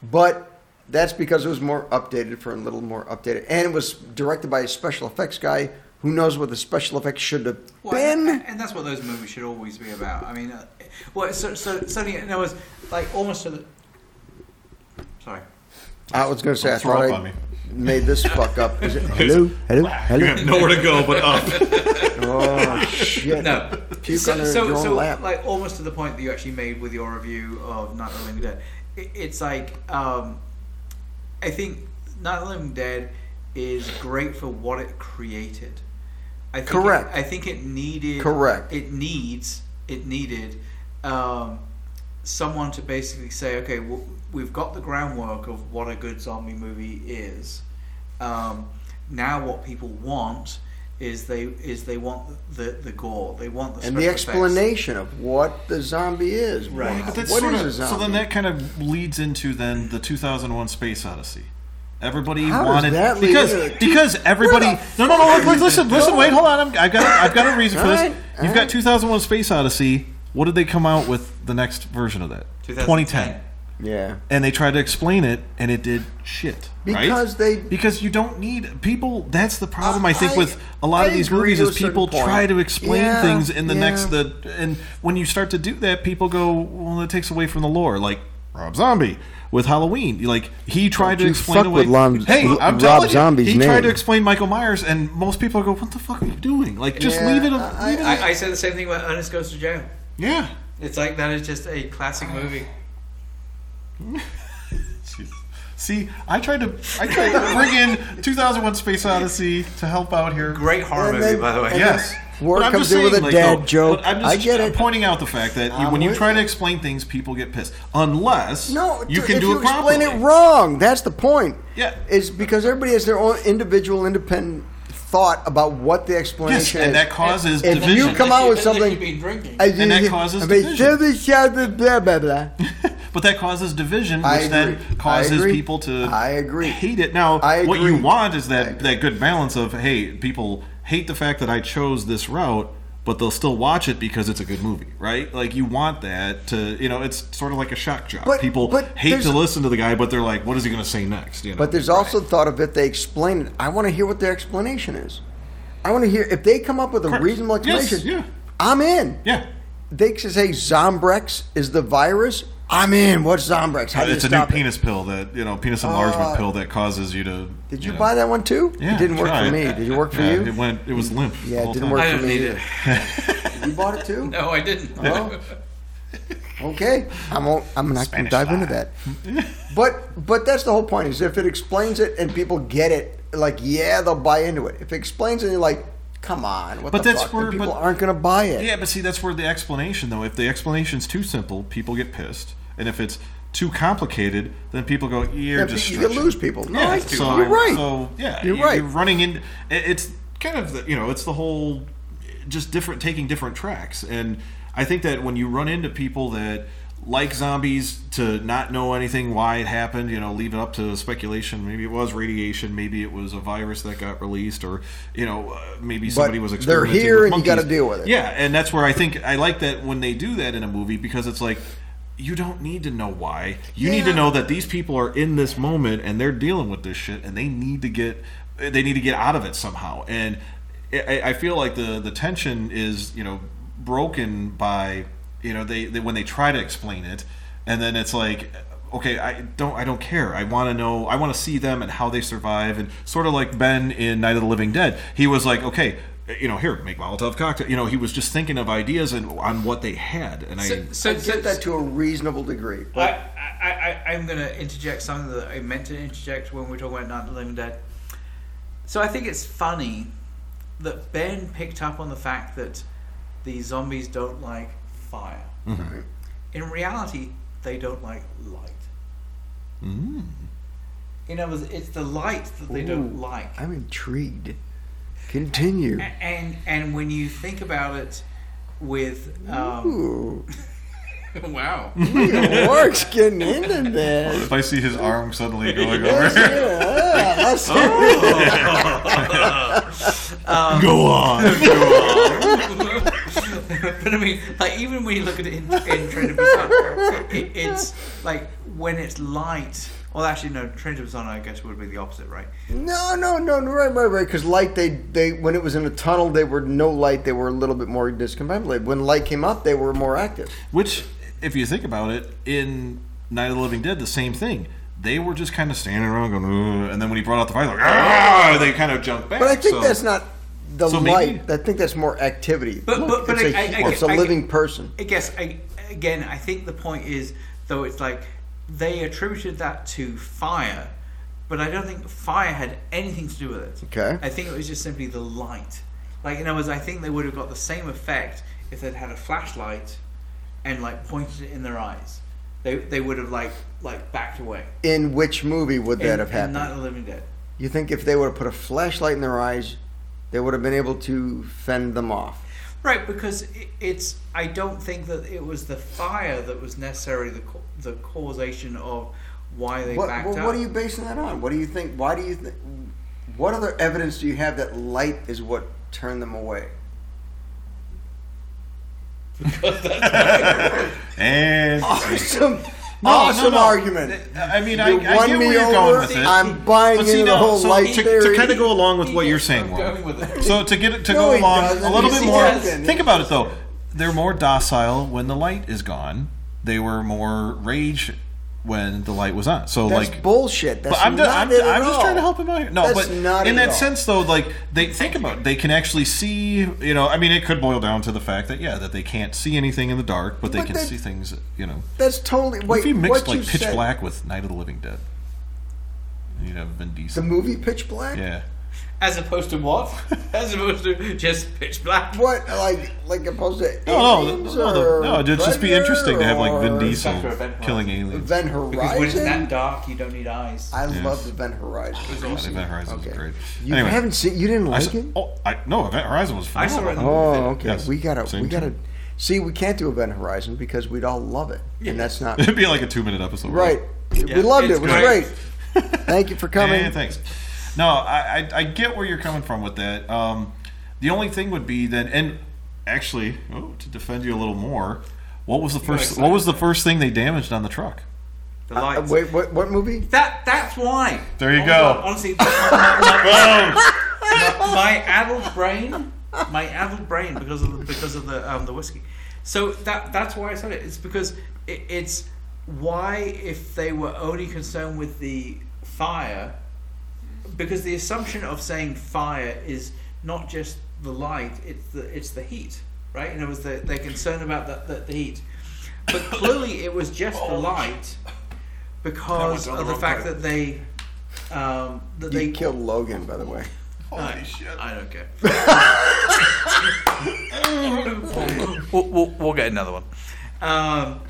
But that's because it was more updated for a little more updated. And it was directed by a special effects guy who knows what the special effects should have
Well,
been.
and, and that's what those movies should always be about. I mean, uh, well, so, so suddenly there was like almost to the. Sorry.
I was going to say, I
Don't throw
thought
up
I
on me.
made this fuck up. Is it, hello? Hello?
You
Hello?
have nowhere to go but up.
Oh, shit.
No.
Puke
so,
under
so,
your own
so
lap.
like almost to the point that you actually made with your review of Night of the Living Dead. It, it's like um, I think Night of the Living Dead is great for what it created. I think
Correct.
It, I think it needed.
Correct.
It needs. It needed um, someone to basically say, okay, well, we've got the groundwork of what a good zombie movie is. Um, now, what people want is they is they want the the gore. They want the
and the
special effects.
explanation of what the zombie is.
Right.
What-
But that's
what
sort
is
of,
a zombie?
so then that kind of leads into then the 2001 Space Odyssey. Everybody
How does
wanted
that lead
because
into the-
because everybody
Where
no no no look, look, listen listen wait hold on I'm, I've got I've got a reason for this.
Alright,
You've got
alright.
2001 Space Odyssey. What did they come out with the next version of that?
2010.
yeah.
And they tried to explain it and it did shit. right?
Because they.
because you don't need people that's the problem
Uh,
i think
I-
with a lot
I
of these
agree
movies
to a
is people
certain point.
try to explain
Yeah,
things in the
yeah.
next the and when you start to do that people go well it takes away from the lore like rob zombie with halloween You like he tried
Don't
to
you
explain
fuck
away
with Lon-
hey
with
i'm
Rob
telling you,
Zombie's
he tried
name.
to explain michael myers and most people go what the fuck are you doing like just
Yeah,
leave it, a,
I-
leave it a-
I, I said the same thing about Ernest Goes to Jail.
yeah
It's like that is just a classic movie.
Jeez. See, I tried to I tried to bring in 2001: Space Odyssey to help out here.
Great horror
And
movie,
then-
by the way.
and
Yes.
then- Ward
But I'm
comes
just
in with
saying,
a
like,
dad
though,
joke.
but I'm just
I get
I'm
it.
pointing out the fact that you-
I'm
when you
with
try to
you.
explain things, people get pissed. Unless
No,
you
d-
can
if
do
you
it properly.
explain it wrong. That's the point.
Yeah.
is because everybody has their own individual, independent thought about what the explanation is.
Yes, and that causes
If
division.
you come out with something,
You've been drinking.
I-
And that causes
I mean,
division.
this shall be blah blah blah.
But that causes division,
I
which
agree.
then
I
causes
agree.
people to
I agree.
hate it. Now,
I
what
agree.
you want is
I
that
agree.
that good balance of hey, people hate the fact that I chose this route, but they'll still watch it because it's a good movie, right? Like you want that to you know, it's sort of like a shock jock.
But-
people
but
hate
there's-
to listen to the guy, but they're like, what is he going to say next? You know,
But there's also thought of if they explain it. I want to hear what their explanation is. I want to hear if they come up with a
course.
reasonable
Yes,
explanation.
yeah.
I'm in.
yeah.
They can say Zombrex is the virus. I'm in. What's Zombrex? How do you
It's a new
stop it?
penis pill that you know, penis enlargement
Uh,
pill that causes you to.
Did you
know-
buy that one too?
Yeah,
It didn't work
tried.
for me. Did it work for
Yeah,
you?
It went. It was limp. the
Yeah, it
whole
didn't
time.
work
I
for me
don't need
either.
it.
You bought it too?
No, I didn't.
Well, okay. I'm all, I'm not going to
Spanish
dive into
style.
that. But but that's the whole point is if it explains it and people get it, like yeah, they'll buy into it. If it explains it, you're like, come on, what
But
the
that's
fuck? Then
where-
people
but-
aren't going to buy it.
Yeah, but see, that's where the explanation, though. If the explanation's too simple, people get pissed, and if it's too complicated, then people go, "You're
Yeah,
just
you could
stretching."
lose people. No,
Yeah,
I-
so,
you're right.
So yeah,
You're
you-
right.
You're running in. it- It's kind of the you know, it's the whole just different taking different tracks, and I think that when you run into people that like zombies to not know anything why it happened you know leave it up to speculation maybe it was radiation maybe it was a virus that got released or you know uh, maybe somebody was
they're
experimenting
here
with
and you
monkeys.
gotta deal with it.
yeah yeah, and that's where I think I like that when they do that in a movie because it's like you don't need to know why. You need to
Yeah.
know that these people are in this moment and they're dealing with this shit and they need to get they need to get out of it somehow. And I, I feel like the the tension is you know broken by you know they, they when they try to explain it and then it's like okay i don't i don't care i want to know i want to see them and how they survive and sort of like ben in night of the living dead he was like okay you know here make molotov cocktail you know he was just thinking of ideas and on what they had and i
I get that to a reasonable degree.
I,
But
I, I, I'm going to interject something that I meant to interject when we were talking about Night of the Living Dead. So I think it's funny that Ben picked up on the fact that the zombies don't like fire.
Hmm.
Mm-hmm.
In reality, they don't like light. In other words, it's the light that they don't
Ooh.
like.
I'm intrigued. Continue.
A- And and when you think about it, with um,
Ooh,
wow,
it works getting into this.
if i see his arm suddenly going
Yes, yeah, that's-
Oh. go on
but I mean, like even when you look at it in, in Train to Busan, it, it's like when it's light. Well, actually, no, Train to Busan, I guess, would be the opposite, right?
No, no, no, no, right, right, right. Because light, they, they, when it was in a tunnel, they were no light. They were a little bit more discombobulated. When light came up, they were more active.
Which, if you think about it, in Night of the Living Dead, the same thing. They were just kind of standing around going, "Ugh," and then when he brought out the fire, like, "Ah," they kind of jumped back.
But I think
so-
that's not the
so maybe-
light. I think that's more activity.
But- but- but
it's a
I- I- I
it's
guess-
a
I-
living person.
I guess I, again, I think the point is though it's like they attributed that to fire, but I don't think fire had anything to do with it.
Okay.
I think it was just simply the light. Like in other words, I think they would have got the same effect if they'd had a flashlight and like pointed it in their eyes. They they would have like like backed away.
In which movie would that
In-
have
in
happened?
Night of the Living Dead.
you think if they would have put a flashlight in their eyes, they would have been able to fend them off?
Right, because i it's. I don't think that it was the fire that was necessarily the ca- the causation of why they
What,
backed
well,
up.
what are you basing that on? What do you think? Why do you think? What other evidence do you have that light is what turned them away?
And Oh,
Awesome,
No,
awesome
no, no.
argument.
I mean, I,
You
I
won
get
me
where you're
over.
going with it.
I'm buying
But see,
into the
no,
whole
so
light
to, to
theory.
kind of go along with what
He
you're
gets
saying,
where I'm going
Warren.
with it.
So to get it to
No,
go
he
along
doesn't.
a little
Yes,
bit
he
more.
doesn't.
Think about it though. They're more docile when the light is gone. They were more rage when the light was on. So
That's
like
bullship. That's
But I'm,
not
just, I'm,
it at
I'm just
all.
trying to help him out here. No,
That's
but
not
in
it at
that
all.
sense, though, like they think about, it. they can actually see. You know, I mean, it could boil down to the fact that yeah, that they can't see anything in the dark, but they
But
can
that-
see things. You know,
That's totally. Wait,
if you mixed
what
like
you
Pitch
said-
Black with Night of the Living Dead, you'd have Vin Diesel.
The movie Pitch Black.
yeah.
As opposed to what? As opposed to just pitch black.
What like like opposed to
No, no,
aliens
no, the-
or
no, it'd just be
Predator
interesting to have like Vin
or
Diesel
Spectre Event
killing aliens.
Event
Because when it's that
Horizon.
dark, you don't need eyes.
I
Yes.
love Event Horizon.
God, Event Horizon was
Okay.
great.
You
anyway,
haven't seen? You didn't
I
like
saw-
it?
oh, I, no, Event Horizon was
I saw
phenomenal.
it.
Oh, okay.
Yes.
We gotta
Same
we gotta
time.
see. We can't do Event Horizon because we'd all love it,
Yeah.
and that's not
It'd be like a two-minute episode,
right.
Yeah,
we loved it.
it's
It was
great.
great. Thank you for coming.
Yeah, thanks. No, I, I I get where you're coming from with that. Um, the only thing would be then, and actually, oh, to defend you a little more, what was the first?
excited.
What was the first thing they damaged on the truck?
The
Uh,
lights.
wait, what, what movie?
That that's why.
There you
Oh my
go.
God, Honestly, my, my- my adult brain, my adult brain, because of the, because of the um, the whiskey. So that that's why I said it. It's because it, it's why if they were only concerned with the fire, because the assumption of saying fire is not just the light; it's the it's the heat, right? And it was the, they're concerned about the, the, the heat, but clearly it was just the light because
That went
of
down
the
the
fact
wrong
that they um, that
You
they
killed Logan, by the way.
I, I don't care. we'll, we'll, we'll get another one. Um,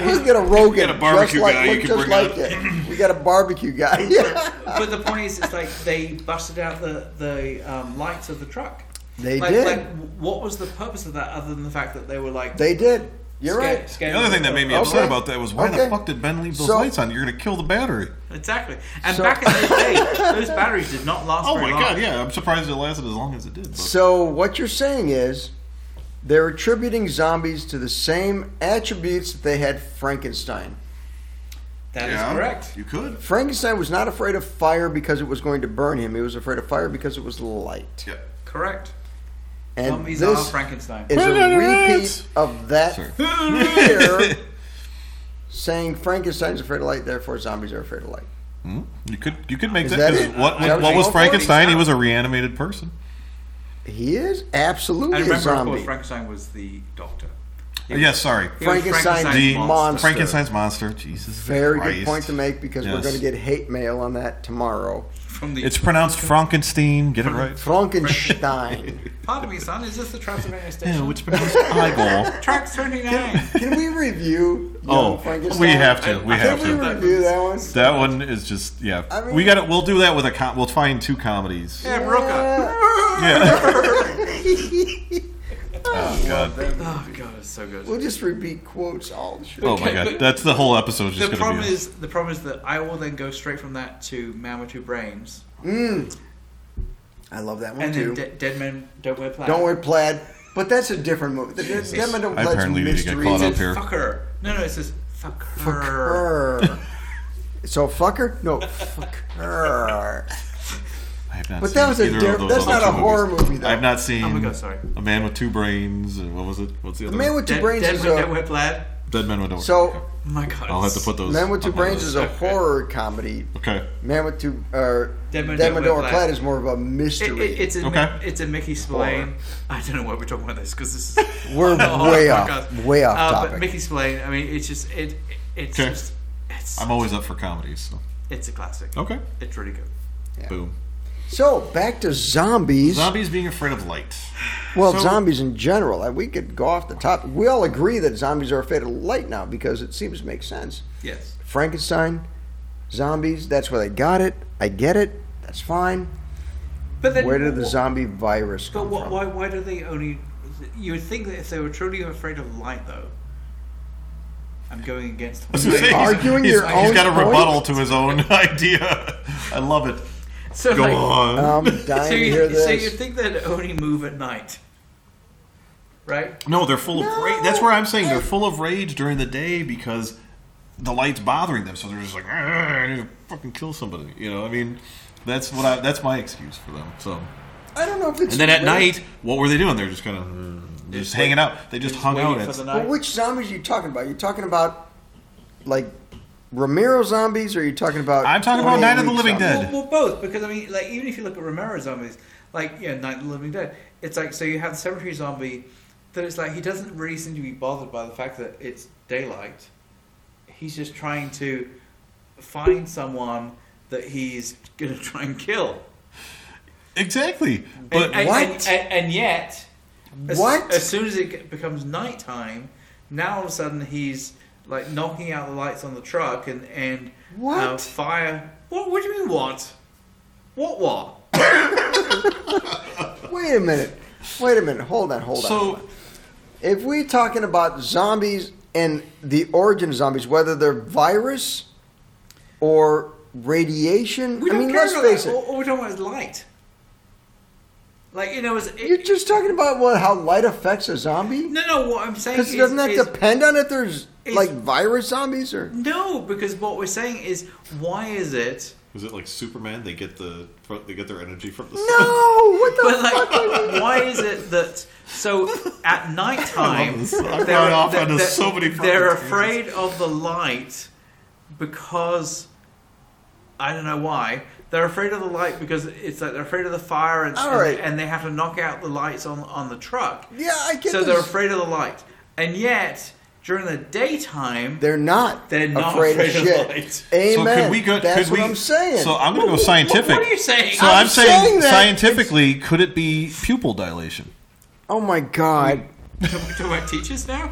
Let's get a Rogan.
a barbecue
just like,
guy you
look
can
just
bring
like
up.
it. We got a barbecue guy. Yeah.
but the point is, it's like they busted out the the um, lights of the truck.
They
like,
did.
Like, what was the purpose of that other than the fact that they were like
They did. You're
scared-
right.
scared
The other
of
thing
the-
that made me
Okay.
upset about that was why the
Okay.
fuck did Ben leave those
So-
lights on? You're gonna kill the battery.
exactly. And
So-
back in those days, those batteries did not last.
Oh
very
my
long.
god, yeah. I'm surprised it lasted as long as it did. But.
So what you're saying is they're attributing zombies to the same attributes that they had Frankenstein.
That is
Yeah,
correct.
You could.
Frankenstein was not afraid of fire because it was going to burn him. He was afraid of fire because it was light.
Yeah.
Correct.
And
Zombies
this
are Frankenstein.
is a repeat
Predators!
of that
Sorry.
fear saying Frankenstein's afraid of light, therefore zombies are afraid of light.
Hmm? You could. You could make
Is
that.
that
'cause
it?
what,
That
what
was
was
all
Frankenstein? He
forties.
was a reanimated person.
He is
And
absolutely a
remember, of
zombie.
course, Frankenstein was the doctor.
Yes, sorry.
He was
Frankenstein's
Frankenstein's
monster.
monster.
Frankenstein's monster. Jesus.
Very
Christ.
good point to make because we're
Yes.
going to get hate mail on that tomorrow.
From the
It's pronounced Frankenstein. Get it right.
Frankenstein.
Pardon me, son. Is this the Transylvania Station?
No, it's pronounced eyeball.
Track 39.
Can we review? Young
Oh,
Frankenstein?
we have to. We
I- I
Can
have
we
think
to.
were-
review that one?
That one is just yeah.
I mean-
we got it. We'll do that with a. Com- we'll find two comedies.
Yeah, Rooker.
Yeah. oh god.
Oh, God, it's so good.
We'll just repeat quotes all the show.
Oh my god. That's the whole episode. Just
The
gonna
problem
be.
is, the problem is that I will then go straight from that to Man with Two Brains,
Mm. I love that one
and
too.
then De- Dead Men Don't Wear Plaid.
Don't wear plaid, but that's a different movie. The Dead Dead Man Don't
I
Plaid's
apparently need to get
mystery.
caught up
It's
here.
fucker. No, no, it says fucker.
Fucker. so fucker? No, fucker.
I have not
But
seen
that was a
either of
diff-
those
that's
other
not a
two
horror
movies.
movie, though.
I've not seen.
Oh my God, sorry.
A man with two brains. and What was it? What's the
The
other?
man
one?
with two
Dead,
brains
Dead
is
Men
a
Don't Wear Plaid.
Dead men with no.
so.
Oh my God.
I'll have to put those.
Man with Two
on my
Brains
list.
is a horror comedy.
Okay.
Man with Two or
Dead Man
Dead
Don't
Man
Wear
Don't Wear
Plaid
Plaid is more of a
It,
mystery.
it, it's a
Okay.
it's a Mickey Spillane. I don't know why we're talking about this because this is
We're
Oh,
way
my
off-
God.
way off
Uh, But
topic.
Mickey Spillane. I mean, it's just it. It's
Okay.
just it's
I'm always up for comedies. So.
it's a classic.
Okay.
It's really good.
Yeah.
Boom.
so back to zombies.
Zombies being afraid of light.
well,
so-
zombies in general. Like, We could go off the top. We all agree that zombies are afraid of light now because it seems to make sense.
Yes.
Frankenstein, zombies. That's where they got it. I get it. That's fine.
But then
Where did the
wh-
zombie virus
But
come
wh-
from?
why why do they only? You would think that if they were truly afraid of light, though. I'm going against.
I was gonna say, he's-
Arguing
he's-
your
He's
own
got a
point?
rebuttal to his own idea. I love it.
so
Go
like,
on.
I'm dying
So
to Um,
you,
hear
so you
this.
think they'd only move at night, right?
no, they're full of
No.
rage. That's where I'm saying they're full of rage during the day because the light's bothering them. So they're just like, "Argh, I need to fucking kill somebody. You know, I mean, that's what I. That's my excuse for them. So,
I don't know if it's
and then at
rare.
night, what were they doing? They're just kind of mm, just hanging out. They just hung out.
Waiting for
At,
the
Well,
night.
which zombies are you talking about? you talking about like Romero zombies, or are you talking about?
I'm talking about
28
Night of the
Week
Living
zombies?
Dead.
Well, well, both because I mean, like even if you look at Romero zombies, like yeah, Night of the Living Dead, it's like so you have the cemetery zombie that it's like he doesn't really seem to be bothered by the fact that it's daylight. He's just trying to find someone that he's gonna try and kill.
Exactly. But
and,
what?
And, and, and yet, as,
What?
As soon as it get- becomes nighttime, now all of a sudden he's like knocking out the lights on the truck and and Uh,
What?
fire. What? What do you mean? What? What? What?
Wait a minute. Wait a minute. Hold on. Hold on.
so
If we're talking about zombies and the origin of zombies, whether they're virus or radiation,
We
I
don't
mean,
care
let's
about
face
that.
it.
All, all we're talking about is light. Like you know, it's,
You're
it,
just talking about what, how light affects a zombie?
no, no. What I'm saying
Because
is,
doesn't that
is-
depend on if there's
is-
like virus zombies or?
no, because what we're saying is, why is it?
is it like Superman? They get the they get their energy from the
No, what the
But
fuck? are you-
like, why is it that? So at night
I love
time,
this. I've
they're-
gone off
they're-
onto
they're-
so many fucking
They're
tangents.
afraid of the light because I don't know why. They're afraid of the light because it's like they're afraid of the fire, and,
All
and
right.
they, and they have to knock out the lights on on the truck.
yeah, I get
so
this.
they're afraid of the light, and yet during the daytime,
They're not.
They're not afraid of light.
shit. Amen.
So could we go?
That's
could
what
we,
I'm saying.
So I'm going to go scientific.
what are you saying?
So
I'm
I'm,
saying
saying,
that
scientifically, could it be pupil dilation?
oh my god.
Can we talk about teachers now?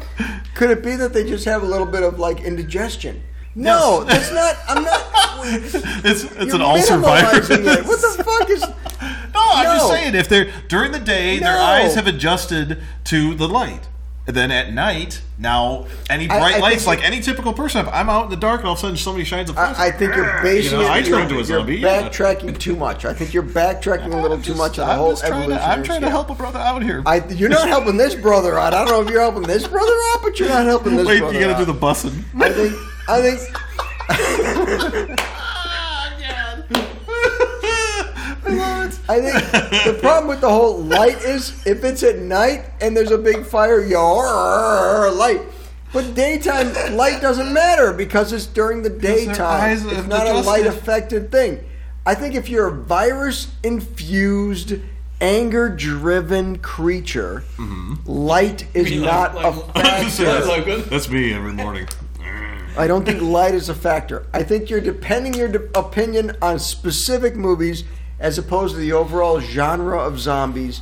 Could it be that they just have a little bit of like indigestion? No, that's not. I'm not.
It's it's
You're
an ulcer virus.
minimalizing it. What the fuck is?
No, I'm just
No.
saying if they're during the day, their
No.
eyes have adjusted to the light. Then at night, now any
I-
bright
I
lights,
think
like
it-
any typical person, if I'm out in the dark and all of a sudden somebody shines a flashlight.
I, I think you're basing
You know, I
it.
turned
You're,
into a
you're
zombie, yeah.
backtracking too much. I think you're backtracking a little
I'm
too
just-
much on the
I'm
whole
just trying
evolution.
to, I'm trying to help a brother out here.
I, you're not helping this brother out. I don't know if you're helping this brother out, but you're not helping this
Wait,
brother
you got to
out.
do the bussing.
I think. I think. I think the problem with the whole light is if it's at night and there's a big fire, you're light. But daytime light doesn't matter because it's during the
their
daytime.
eyes
It's
have
not a light
adjusted.
affected thing. I think if you're a virus infused, anger driven creature,
Mm-hmm.
light is
mean like-
not
like-
a factor.
That's me every morning.
I don't think light is a factor. I think you're depending your de- opinion on specific movies as opposed to the overall genre of zombies,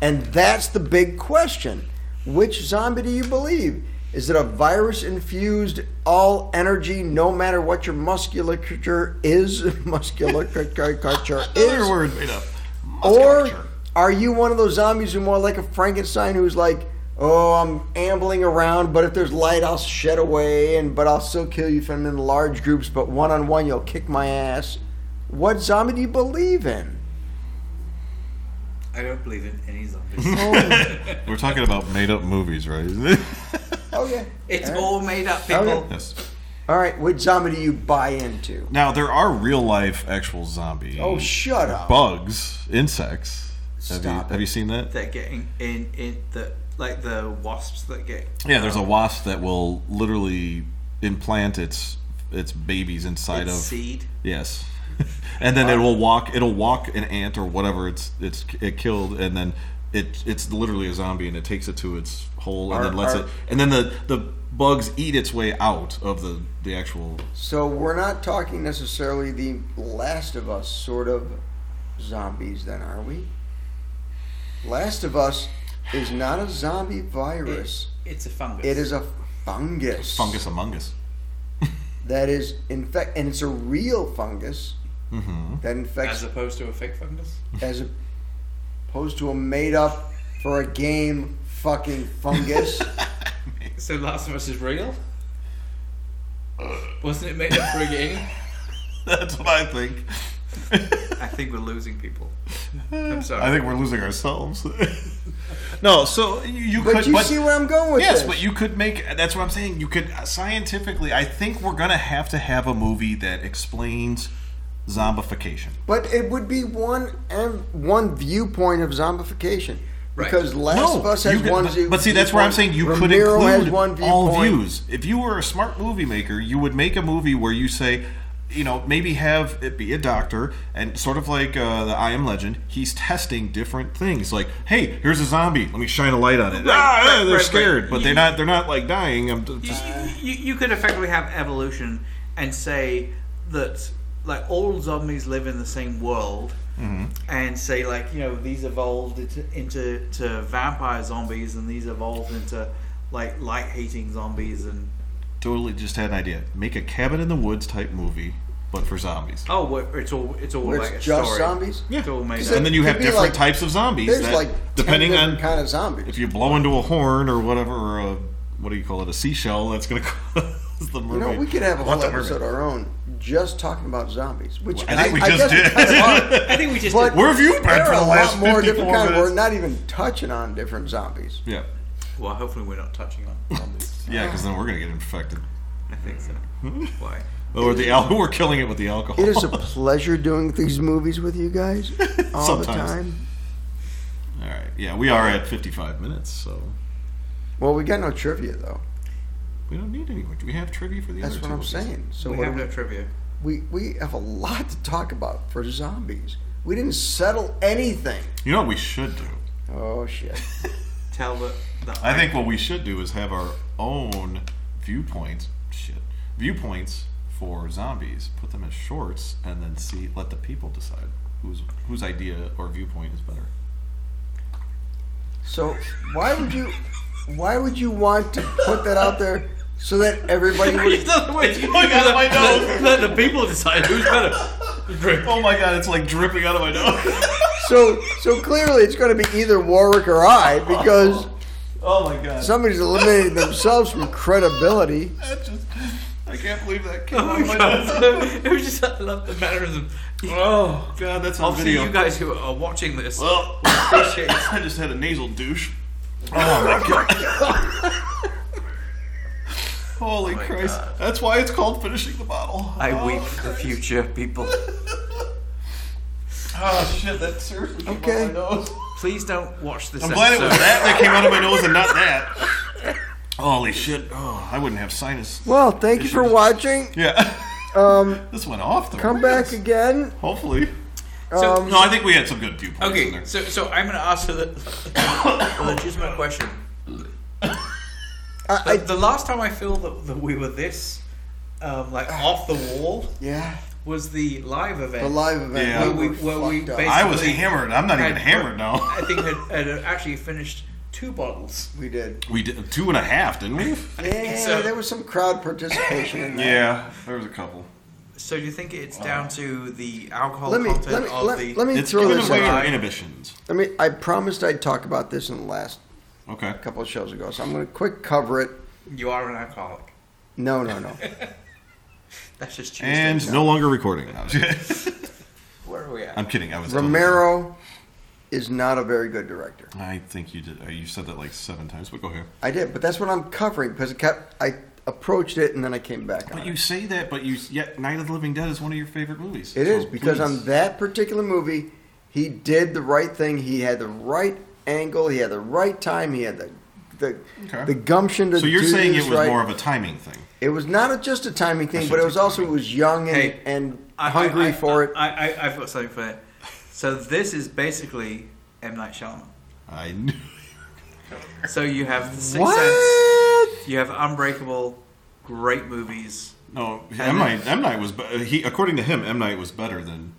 and that's the big question. Which zombie do you believe? Is it a virus infused, all energy, no matter what your musculature is, musculature
Another
is,
word made up.
or
Musculature.
are you one of those zombies who more like a Frankenstein who's like, oh, I'm ambling around, but if there's light, I'll shed away, and but I'll still kill you if I'm in large groups, but one on one, you'll kick my ass. What zombie do you believe in?
I don't believe in any zombies.
Oh,
We're talking about made up movies, right?
okay.
it's
all right.
all made up, people.
Okay.
yes.
all right. Which zombie do you buy into?
Now there are real life actual zombie
Oh, shut up.
bugs, insects. Have you,
Stop it.
have you seen that?
That getting in in the like the wasps that get
Yeah, there's a wasp that will literally implant its its babies inside
its
of
seed.
Yes. and then it will walk. It'll walk an ant or whatever it's it's it killed, and then it it's literally a zombie, and it takes it to its hole, and
Are-
then lets
are-
it, and then the the bugs eat its way out of the the actual.
So we're not talking necessarily the Last of Us sort of zombies, then, are we? Last of Us is not a zombie virus.
It's a fungus.
It is a fungus.
Fungus among us.
That is infect, and it's a real fungus
Mm-hmm.
that infects
as opposed to a fake fungus.
as opposed to a made up for a game fucking fungus.
So Last of Us is real. Wasn't it made up for a game?
That's what I think.
I think we're losing people. I'm sorry.
I think we're losing ourselves. no, so you, you
but
could.
you see where I'm going with
yes,
this.
but you could make. That's what I'm saying. You could uh, scientifically. I think we're gonna have to have a movie that explains zombification.
But it would be one and one viewpoint of zombification.
Right.
Because Last
No,
of Us
you
has
could-
one
but,
view.
But see, that's where I'm saying you could
Ramiro has
include
one
all
viewpoint.
views. If you were a smart movie maker, you would make a movie where you say, you know, maybe have it be a doctor and sort of like uh, the I Am Legend. He's testing different things. Like, hey, here's a zombie. Let me shine a light on it.
Right,
ah,
right,
they're
right,
scared,
right.
but
You-
they're not. They're not like dying. I'm
you,
uh,
just
you, you could effectively have evolution and say that like all zombies live in the same world,
Mm-hmm.
and say like you know these evolved into, into to vampire zombies, and these evolved into like light hating zombies, and
Totally just had an idea. Make a cabin in the woods type movie, but for zombies.
oh, well, it's all it's all
Where
like
it's
a
just
story.
zombies?
It's all made
Is
up.
it-
and then you
could
have
be
different
like-
types of zombies.
There's
that,
like
depending on
kind of zombies.
if you blow into a horn or whatever, or a, what do you call it, a seashell, that's going to cause the
You
mermaid.
know, we could have a
What
whole
the mermaid?
episode our own just talking about zombies, which
I think we just
guess
did.
it's kinda hard.
I think we just
But
Where have you been
there
for
are
the
a
last
lot more
54
different kind. We're
minutes?
not even touching on different zombies.
Yeah,
did- well, hopefully we're not touching on zombies.
yeah, because then we're going to get infected.
I think so.
Hmm?
Why?
Or the al- we're killing it with the alcohol.
It is a pleasure doing these movies with you guys all
Sometimes.
the time.
All right, yeah, we are at 55 minutes, so
Well, we got no trivia though.
we don't need any. We have trivia for the
That's
other
what
two
I'm
of these.
saying. So
we
what
have
do
no trivia.
we, we we have a lot to talk about for zombies. We didn't settle anything.
You know what we should do?
Oh shit!
Tell the. the
I think what we should do is have our own viewpoints. Shit, viewpoints for zombies. Put them as shorts, and then see. Let the people decide whose whose idea or viewpoint is better.
So why would you why would you want to put that out there so that everybody would
it's
going out of my nose.
Let the people decide who's better. Drink.
Oh my god, it's like dripping out of my nose.
So so clearly it's going to be either Warwick or I because
oh my god,
somebody's eliminating themselves from credibility.
that just. I can't believe that came
Oh
out of
my
my
god.
nose.
it was just I love the mannerism.
Oh god, that's on
Obviously,
video.
you guys who are watching this,
well,
appreciate it.
I just had a nasal douche. Oh my god. Holy Christ. That's why it's called finishing the bottle.
Oh I
oh,
weep for the future people.
Oh shit, that seriously came
Okay.
out of my nose.
Please don't watch this.
I'm glad it was
episode.
that that came out of my nose and not that. Holy shit. Oh, I wouldn't have sinus.
Well, thank you for watching.
Yeah.
Um,
this went off the
come
rails.
back again.
Hopefully.
So-
Um,
No, I think we had some good viewpoints in
Okay,
there.
so so I'm going to ask a le- a legitimate question.
I,
The,
I,
the last time I feel that, that we were this um, like off the wall
yeah,
was the live event.
the live event.
Yeah.
We were
Where we-
fucked
where
up.
we
I was
basically
hammered. I'm not even
had-
hammered now.
I think had, had actually finished two bottles.
we did.
We did two and a half, didn't we?
Yeah,
so.
there was some crowd participation in that.
Yeah, there was a couple.
So do you think it's down to the alcohol
Let me
content
let me
of
let,
the?
let me
It's
throw
giving
this
away
out.
our inhibitions.
I mean, I promised I'd talk about this in the last
Okay.
couple of shows ago, so I'm going to quick cover it.
You are an alcoholic.
No, no, no.
That's just Tuesday.
And no longer recording.
where are we at?
I'm kidding. I was
Romero is not a very good director.
I think you did. uh, You said that like seven times, but go ahead.
I did, but that's what I'm covering because it kept, I approached it and then I came back on it.
But you say that, but you yet Night of the Living Dead is one of your favorite movies.
It
So
is because
please.
on that particular movie, he did the right thing. He had the right angle. He had the right time. He had the the,
Okay.
the gumption to
So you're
do
saying it
this
was
right.
more of a timing thing.
It was not a, just a timing thing,
should
but it
take
was also it
time.
was young and,
Hey,
and
I- I-
hungry
I-
for it.
I, I, I've got something for that. So this is basically M Night Shyamalan.
I knew.
So you have the Sixth Sense,
what?
you have Unbreakable, great movies.
No, M
then-
Night. M Night was be- he. According to him, M Night was better than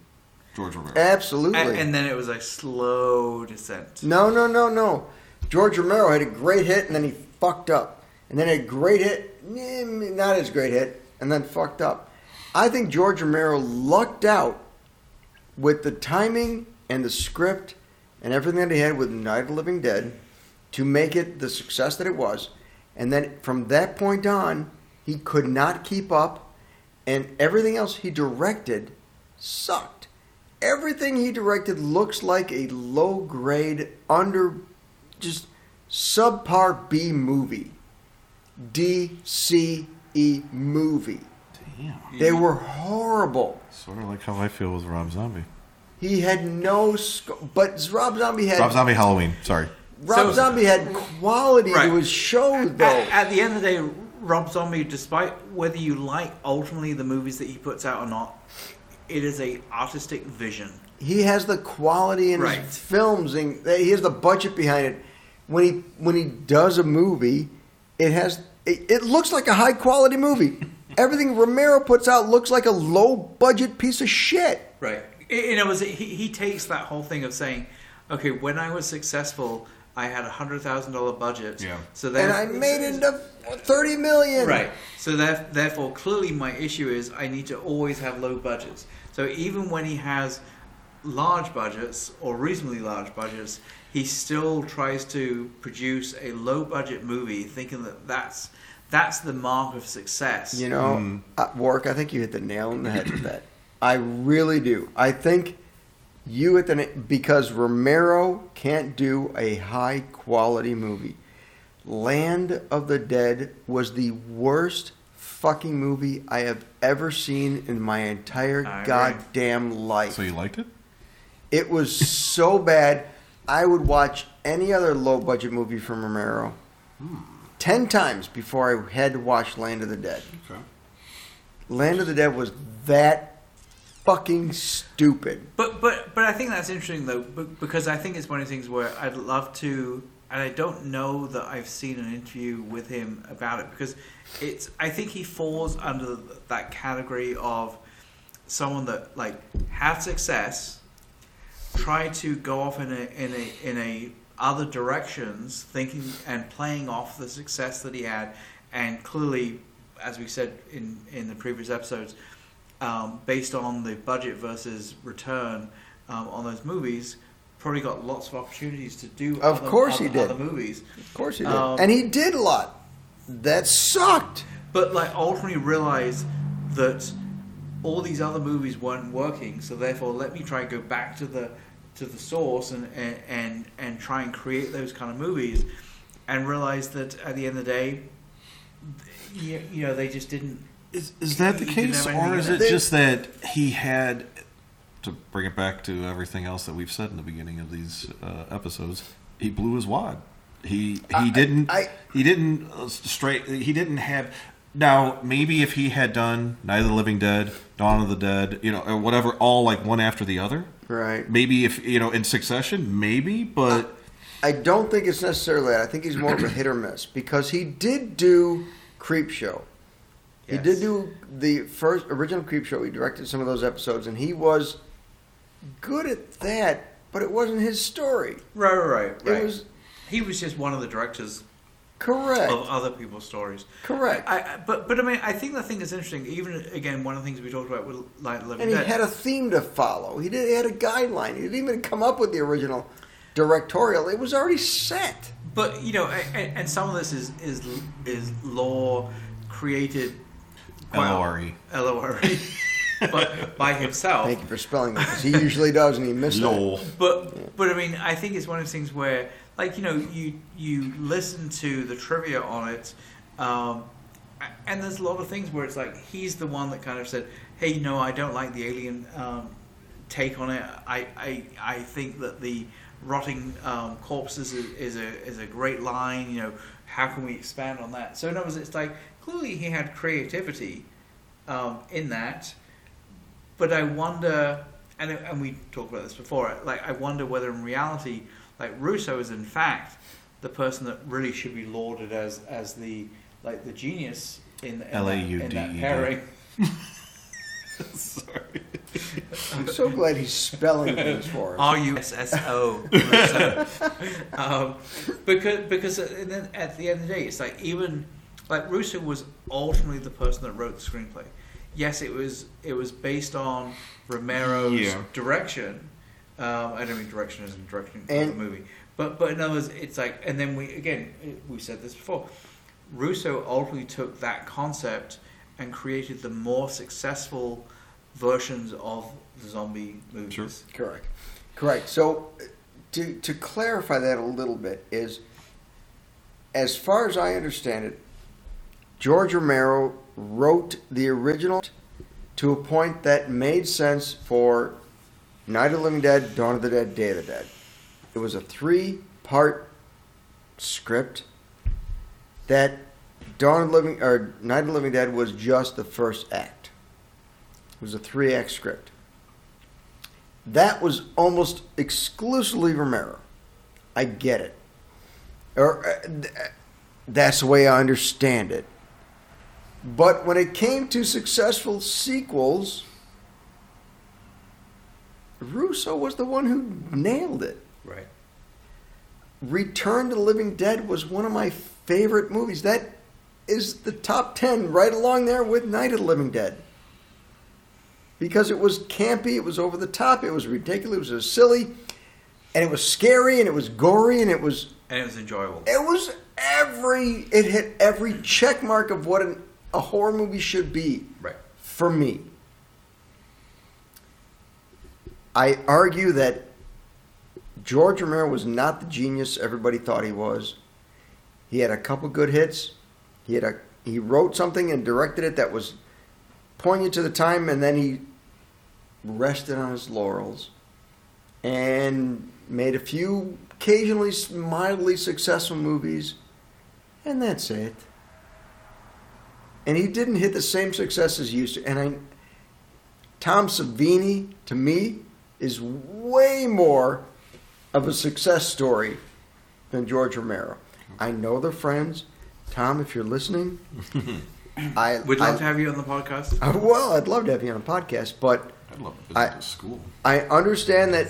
George Romero.
Absolutely.
And, and then it was a slow descent.
no, no, no, no. George Romero had a great hit and then he fucked up, and then a great hit, eh, not as great hit, and then fucked up. I think George Romero lucked out with the timing and the script and everything that he had with Night of the Living Dead to make it the success that it was. And then from that point on, he could not keep up, and everything else he directed sucked. Everything he directed looks like a low grade, under just subpar B movie, D, C, E movie.
Damn.
They
Hmm.
were horrible.
Sort of like how I feel with Rob Zombie.
He had no, sc- but Rob Zombie had
Rob
Rob,
Zombie Halloween. Sorry.
So-
Zombie had quality
Right.
to his show though.
At, at the end of the day, Rob Zombie, despite whether you like ultimately the movies that he puts out or not, it is a artistic vision.
he has the quality in
Right.
his films, and he has the budget behind it. When he when he does a movie, it has it, it looks like a high quality movie. Everything Romero puts out looks like a low budget piece of shit.
Right. It, you know, it was, he, he takes that whole thing of saying, okay, when I was successful, I had a hundred thousand dollar budget.
Yeah.
So
And
there-
I made it into 30 million.
Right. So there, therefore, clearly, my issue is I need to always have low budgets. So even when he has large budgets or reasonably large budgets, he still tries to produce a low budget movie, thinking that that's that's the mark of success.
You know, uh, Warwick, I think you hit the nail on the head with that. I really do. I think you hit the na- because Romero can't do a high quality movie. Land of the Dead was the worst fucking movie I have ever seen in my entire
I agree.
goddamn life.
So you liked it?
It was so bad. I would watch any other low budget movie from Romero ten times before I had to watch Land of the Dead.
Okay.
Land of the Dead was that fucking stupid.
But but but I think that's interesting though, be- because I think it's one of the things where I'd love to, and I don't know that I've seen an interview with him about it because it's. I think he falls under that category of someone that like had success, tried to go off in a in a in a other directions, thinking and playing off the success that he had, and clearly, as we said in in the previous episodes, um, based on the budget versus return um, on those movies, probably got lots of opportunities to do.
Of
other,
course
other,
he did.
other movies,
Of course he did.
Um,
and he did a lot. That sucked.
but like ultimately realized that all these other movies weren't working. So therefore, let me try and go back to the to the source and and and, and try and create those kind of movies, and realize that at the end of the day, you, you know, they just didn't.
Is, is that the
He didn't
case,
have
or
anything
is
in
it
it.
just that he had to bring it back to everything else that we've said in the beginning of these uh, episodes? He blew his wad. He he
I-
didn't.
I-
he didn't uh, straight. He didn't have. Now maybe if he had done Night of the Living Dead, Dawn of the Dead, you know, or whatever, all like one after the other.
Right.
Maybe if you know in succession, maybe. But
I don't think it's necessarily that. I think he's more of a hit or miss because he did do Creep Show. He
Yes.
did do the first original Creep Show. He directed some of those episodes, and he was good at that. But it wasn't his story.
Right, right, right. right.
It was
he was just one of the directors
correct.
of other people's stories.
correct.
I, I, but but I mean, I think the thing that's interesting. Even again, one of the things we talked about with Light of the Living
and he
Dead.
had a theme to follow. He did. He had a guideline. He didn't even come up with the original directorial. It was already set.
but you know, and, and some of this is is is law created. quite-
LORE.
LORE. E. but by himself.
Thank you for spelling that because he usually does, and he missed it.
But but I mean, I think it's one of those things where, like you know, you you listen to the trivia on it, um, a- and there's a lot of things where it's like he's the one that kind of said, "Hey, you know, I don't like the alien um, take on it. I I, I think that the rotting um, corpses is, is a is a great line. You know, how can we expand on that? So in other words, it's like clearly he had creativity um, in that. But I wonder, and, and we talked about this before, like I wonder whether in reality, like Russo is in fact the person that really should be lauded as as the like the genius in, in, that- in that
L.A.U.D.E.D..
pairing.
Sorry.
I'm so glad he's spelling things for us.
R U S S O. Russo. um, because because and then at the end of the day, it's like even like Russo was ultimately the person that wrote the screenplay. Yes, it was it was based on Romero's
Yeah.
direction. Um, I don't mean direction as in direction of the
And-
movie, but but in other words, it's like and then we again we said this before. Russo ultimately took that concept and created the more successful versions of the zombie movies.
Sure.
Correct. Correct. So, uh, to to clarify that a little bit is, as far as I understand it, George Romero wrote the original to a point that made sense for Night of the Living Dead, Dawn of the Dead, Day of the Dead. It was a three part script that Dawn of the Living or Night of the Living Dead was just the first act. It was a three act script that was almost exclusively Romero. I get it. uh, Or uh, th- that's the way I understand it. But when it came to successful sequels, Russo was the one who nailed it.
Right.
Return to the Living Dead was one of my favorite movies. That is the top 10 right along there with Night of the Living Dead. Because it was campy, it was over the top, it was ridiculous, it was silly, and it was scary, and it was gory, and it was
And it was enjoyable.
it was every. It hit every check mark of what an, a horror movie should be.
Right.
For me, I argue that George Romero was not the genius everybody thought he was. He had a couple good hits. He had a he wrote something and directed it that was poignant to the time, and then he rested on his laurels and made a few occasionally mildly successful movies, and that's it. And he didn't hit the same success as he used to. And I, Tom Savini, to me, is way more of a success story than George Romero. I know they're friends. Tom, if you're listening, I
We'd love
I-
to have you on the podcast.
I- Uh, well, I'd love to have you on a podcast, but
I'd love to visit
I-
the school.
I understand that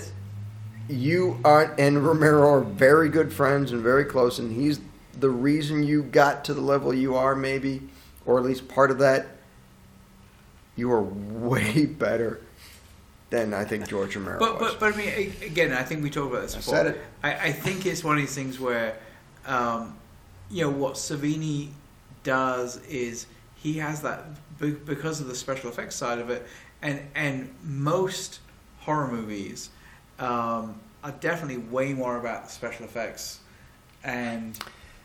you are and Romero are very good friends and very close, and he's the reason you got to the level you are, maybe, or at least part of that. You are way better than I think George Romero
But,
was.
but, but I mean, a- again, I think we talked about this
I
before.
said it.
I, I think it's one of these things where, um, you know, what Savini does is he has that be- because of the special effects side of it, and and most horror movies um, are definitely way more about the special effects and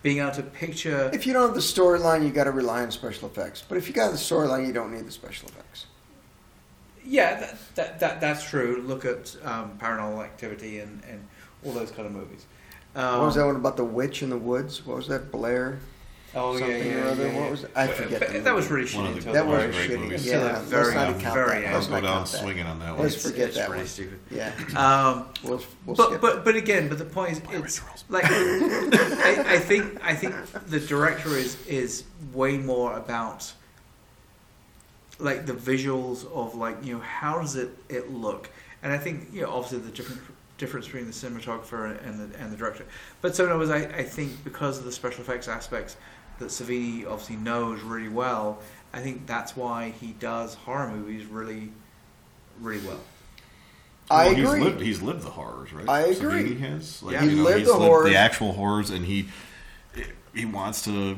being able to picture.
if you don't have the storyline, you got to rely on special effects. But if you got the storyline, you don't need the special effects.
Yeah, that, that, that that's true. Look at um, Paranormal Activity and, and all those kind of movies. Um,
what was that one about the witch in the woods? What was that Blair?
Oh yeah,
something
yeah,
or other?
yeah,
What
yeah.
was I
But-
forget?
but
the
that
name.
was really shitty.
One of the-
until
that was
Very great
shitty.
movies.
Yeah,
Until the
let's
very
not
end.
count
Very
that.
end.
I'll
Let's
go
not
down
count that.
swinging on that one.
Let's forget
Oh, it's
that
pretty
one.
stupid.
Yeah,
Um,
we'll, we'll skip
but
it.
but but again, but the point is, it's like I, I think I think the director is is way more about like the visuals of like you know how does it it look, and I think you know obviously the different difference between the cinematographer and the and the director, but so in other words, I, I think because of the special effects aspects that Savini obviously knows really well, I think that's why he does horror movies really, really well.
I
Well,
agree.
He's lived, he's lived the horrors, right?
I
So
agree.
He has. Like,
Yeah.
He's lived the horrors.
the actual horrors, and he he wants to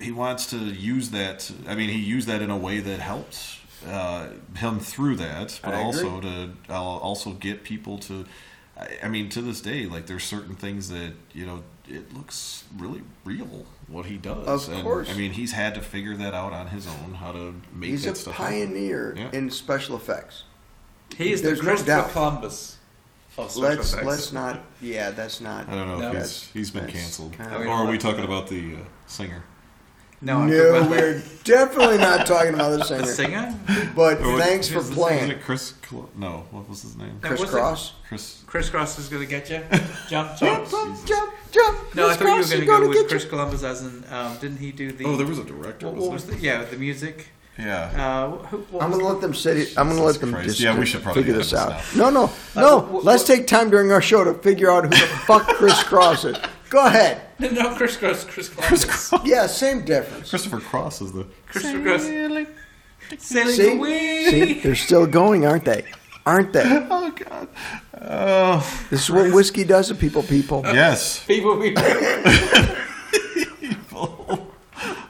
he wants to use that. I mean, he used that in a way that helped uh, him through that, but
I agree.
also to uh, also get people to. I- I mean, to this day, like there's certain things that you know it looks really real what he does.
Of course.
I mean, he's had to figure that out on his own how to make
He's
that
a
stuff. happen.
pioneer
Yeah.
in special effects.
He is
There's
the
no
Christopher
doubt.
Columbus of special
let's
effects.
let's not. Yeah, that's not.
I don't know.
No.
if
That's-
he's, he's been
that's
canceled.
kind
of-
or are we talking about the uh, singer?
No, I'm
no,
talking about
we're definitely not talking about the
the
singer.
singer.
But
Or was-
thanks for
is it- Is
playing,
it Chris? Cl- no, what was his name?
No.
Chris
was it-
Cross.
Chris.
Crisscross is going to get you. Jump,
Jump,
jump.
jump,
Jesus.
jump, jump.
No,
Chris
I thought you were
Cross
going
is
to go
gonna
with
get
Chris Columbus as in um, didn't he do the?
Oh, there was a director.
what,
wasn't
what was
there?
the yeah the music?
Yeah.
Uh, who, what
you. I'm
was
gonna let them sit. I'm gonna let them
Christ.
just
Yeah, we should probably
figure
end
this
this
out. No, no, no.
wh-
let's
wh-
take time during our show to figure out who the fuck Chris Cross is. Go ahead.
the, no Crisscross Chris Columbus.
Yeah, same difference.
Christopher Cross is the.
Christopher Cross. Sailing
See,
away.
see, they're still going, aren't they? Aren't they?
Oh God. Oh
This is what whiskey does to people. People.
yes.
People, people.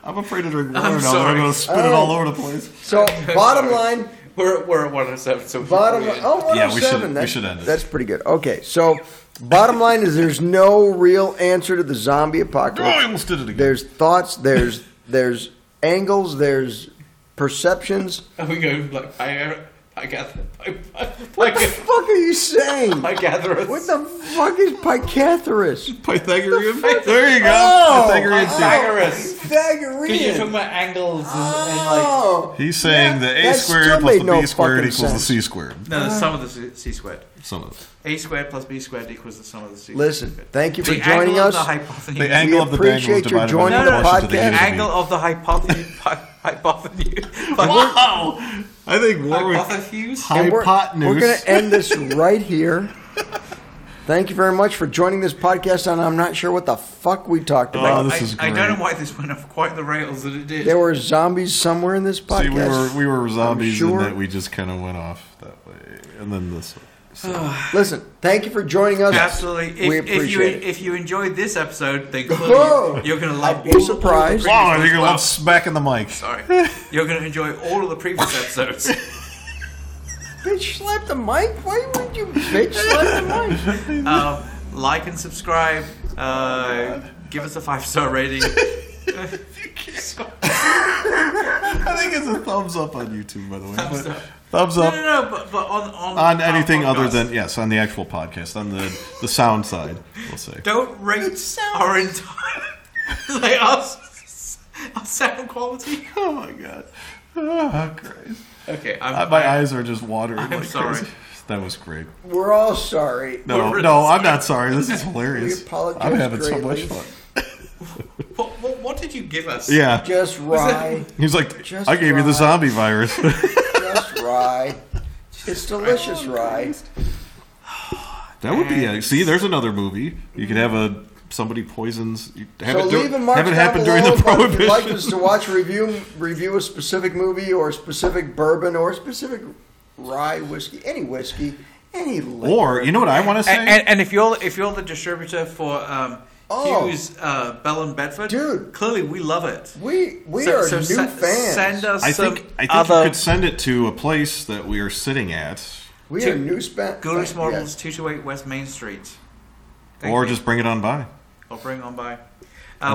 I'm afraid to drink water
I'm
now.
sorry.
I'm going to spit it all over the place.
So, bottom
sorry.
line,
We're we're at one hundred seven. So
Bottom
we're
line, oh,
Yeah, we
107,
should- we
that-
should end it.
That's pretty good. Okay, so bottom line is there's no real answer to the zombie
Oh, I
apocalypse.
almost did it again.
There's thoughts, there's there's angles, there's perceptions.
Are we going like I I gather I, I,
What the fuck are you saying?
I gather us.
What the fuck is Pythagoras?
Pythagorean.
The fuck?
There you go.
Oh,
Pythagorean
oh.
theorem.
Pythagoras. Because you're talking
Pythagorean.
about angles and,
Oh,
He's saying
Yeah,
the a
that still
squared plus
made
the
no
b squared
fucking
equals the
sense.
c squared.
and like no, the sum of the c, c squared.
Some of it.
A squared plus b squared equals the sum of the c.
listen,
squared.
thank you for
the
joining
angle
us.
Of the hypotenuse.
The angle of the
appreciate
dangle
your
is divided by
joining
the
the
portion to the
podcast.
unit of
angle of the hypotenuse. Hypothenu-
Wow! I think Warwick
Hypothefuse?
Oh,
And we're-
hypotenuse.
We're going to end this right here. Thank you very much for joining this podcast on I'm not sure what the fuck we talked
Oh,
about.
this
I,
is
I don't
great.
know why this went off quite the rails that it did.
there were zombies somewhere in this podcast.
See, we were we were zombies
sure.
and that we just kind of went off that way, and then this way. So,
Listen, thank you for joining us.
Absolutely. If,
we
if you
appreciate it.
if you enjoyed this episode, then
Whoa!
clearly you're going to love
I'd be
all
surprised.
The
Wow,
wow,
previous
you're
ones.
gonna love smacking the mic.
Sorry, you're going to enjoy all of the previous episodes.
Bitch slap the mic? Why would you bitch slap the mic?
um, like and subscribe. Uh, give us a five star rating.
I think it's a thumbs up on YouTube, by the way.
Thumbs
but-
up.
Thumbs
No,
up.
no, no. But, but on on,
on
our
anything other
podcast.
than yes, on the actual podcast, on the the sound side, we'll say.
don't rate our entire like our, s- our sound quality.
Oh my god! Oh, Christ.
Okay,
Uh,
I'm,
My eyes are just watering.
I'm
like
sorry.
crazy. That was great.
We're all sorry.
No,
We're really
no, I'm not sorry. This is hilarious.
We apologize
I'm having so much
greatly.
fun.
what, what, what did you give us?
Yeah,
Just rye.
he's like,
Just
I gave you the
right.
zombie virus.
Just rye. It's delicious rye.
that would be a, see. There's another movie. You could have a somebody poisons. You have
so
it, dur-
leave a mark
have it
down
happen during
below
the
if you'd
prohibition.
like us to watch review review a specific movie or a specific bourbon or a specific rye whiskey, any whiskey, any liquor.
or you know what I want to say?
And, and, and if you're if you're the distributor for um,
Oh.
Hughes uh, Bell and Bedford,
Dude.
clearly we love it.
we we
So-
are
so
new
se-
fans.
Send us
I
some
think I think
other
you could send it to a place that we are sitting at.
we
to
are new span.
Ghoulish Models, 228 West Main Street. Thank
or
you.
just bring it on by.
I'll bring on by.
And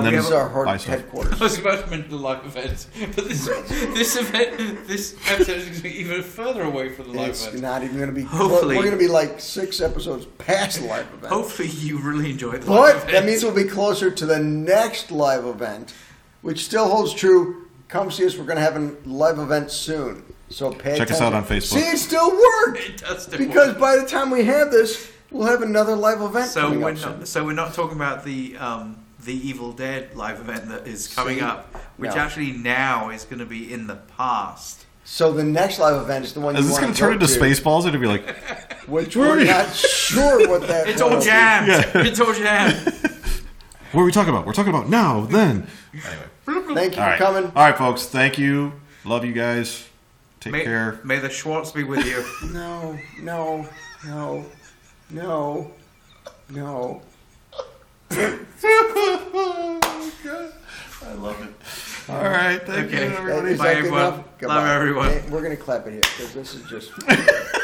Uh,
then
we
This
have
is
a-
our hard
Bye, sir.
headquarters.
I was about to mention the live event, but this this event, this episode is going to be even further away from the live
It's
event.
not even going to be.
Hopefully.
we're going to be like six episodes past live event.
Hopefully, you really enjoyed the live
But
event.
that means we'll be closer to the next live event, which still holds true. Come see us. We're going to have a live event soon. So pay
Check us
attention.
out on Facebook.
See, it still worked
It does still
because
work.
by the time we have this, we'll have another live event.
so
coming
we're
up soon.
not so we're not talking about the um, the Evil Dead live event that is coming
See?
up, which
No.
actually now is going to be in the past.
So the next live event is the one.
Is
you
this
want
going to turn
go
into Spaceballs? It'll be like,
Which
Where are
we're
you?
not sure what that.
It's all
will be.
jammed.
Yeah.
It's all jammed.
what are we talking about? We're talking about now, then.
Thank you
All
for
right.
coming.
All right, folks. Thank you. Love you guys. Take
May,
care.
may the Schwartz be with you.
No, no, no, no, no.
I love it. All right. Thank
Okay.
you, everybody.
Bye, everyone. Love everyone.
Hey, We're gonna clap it here because this is just.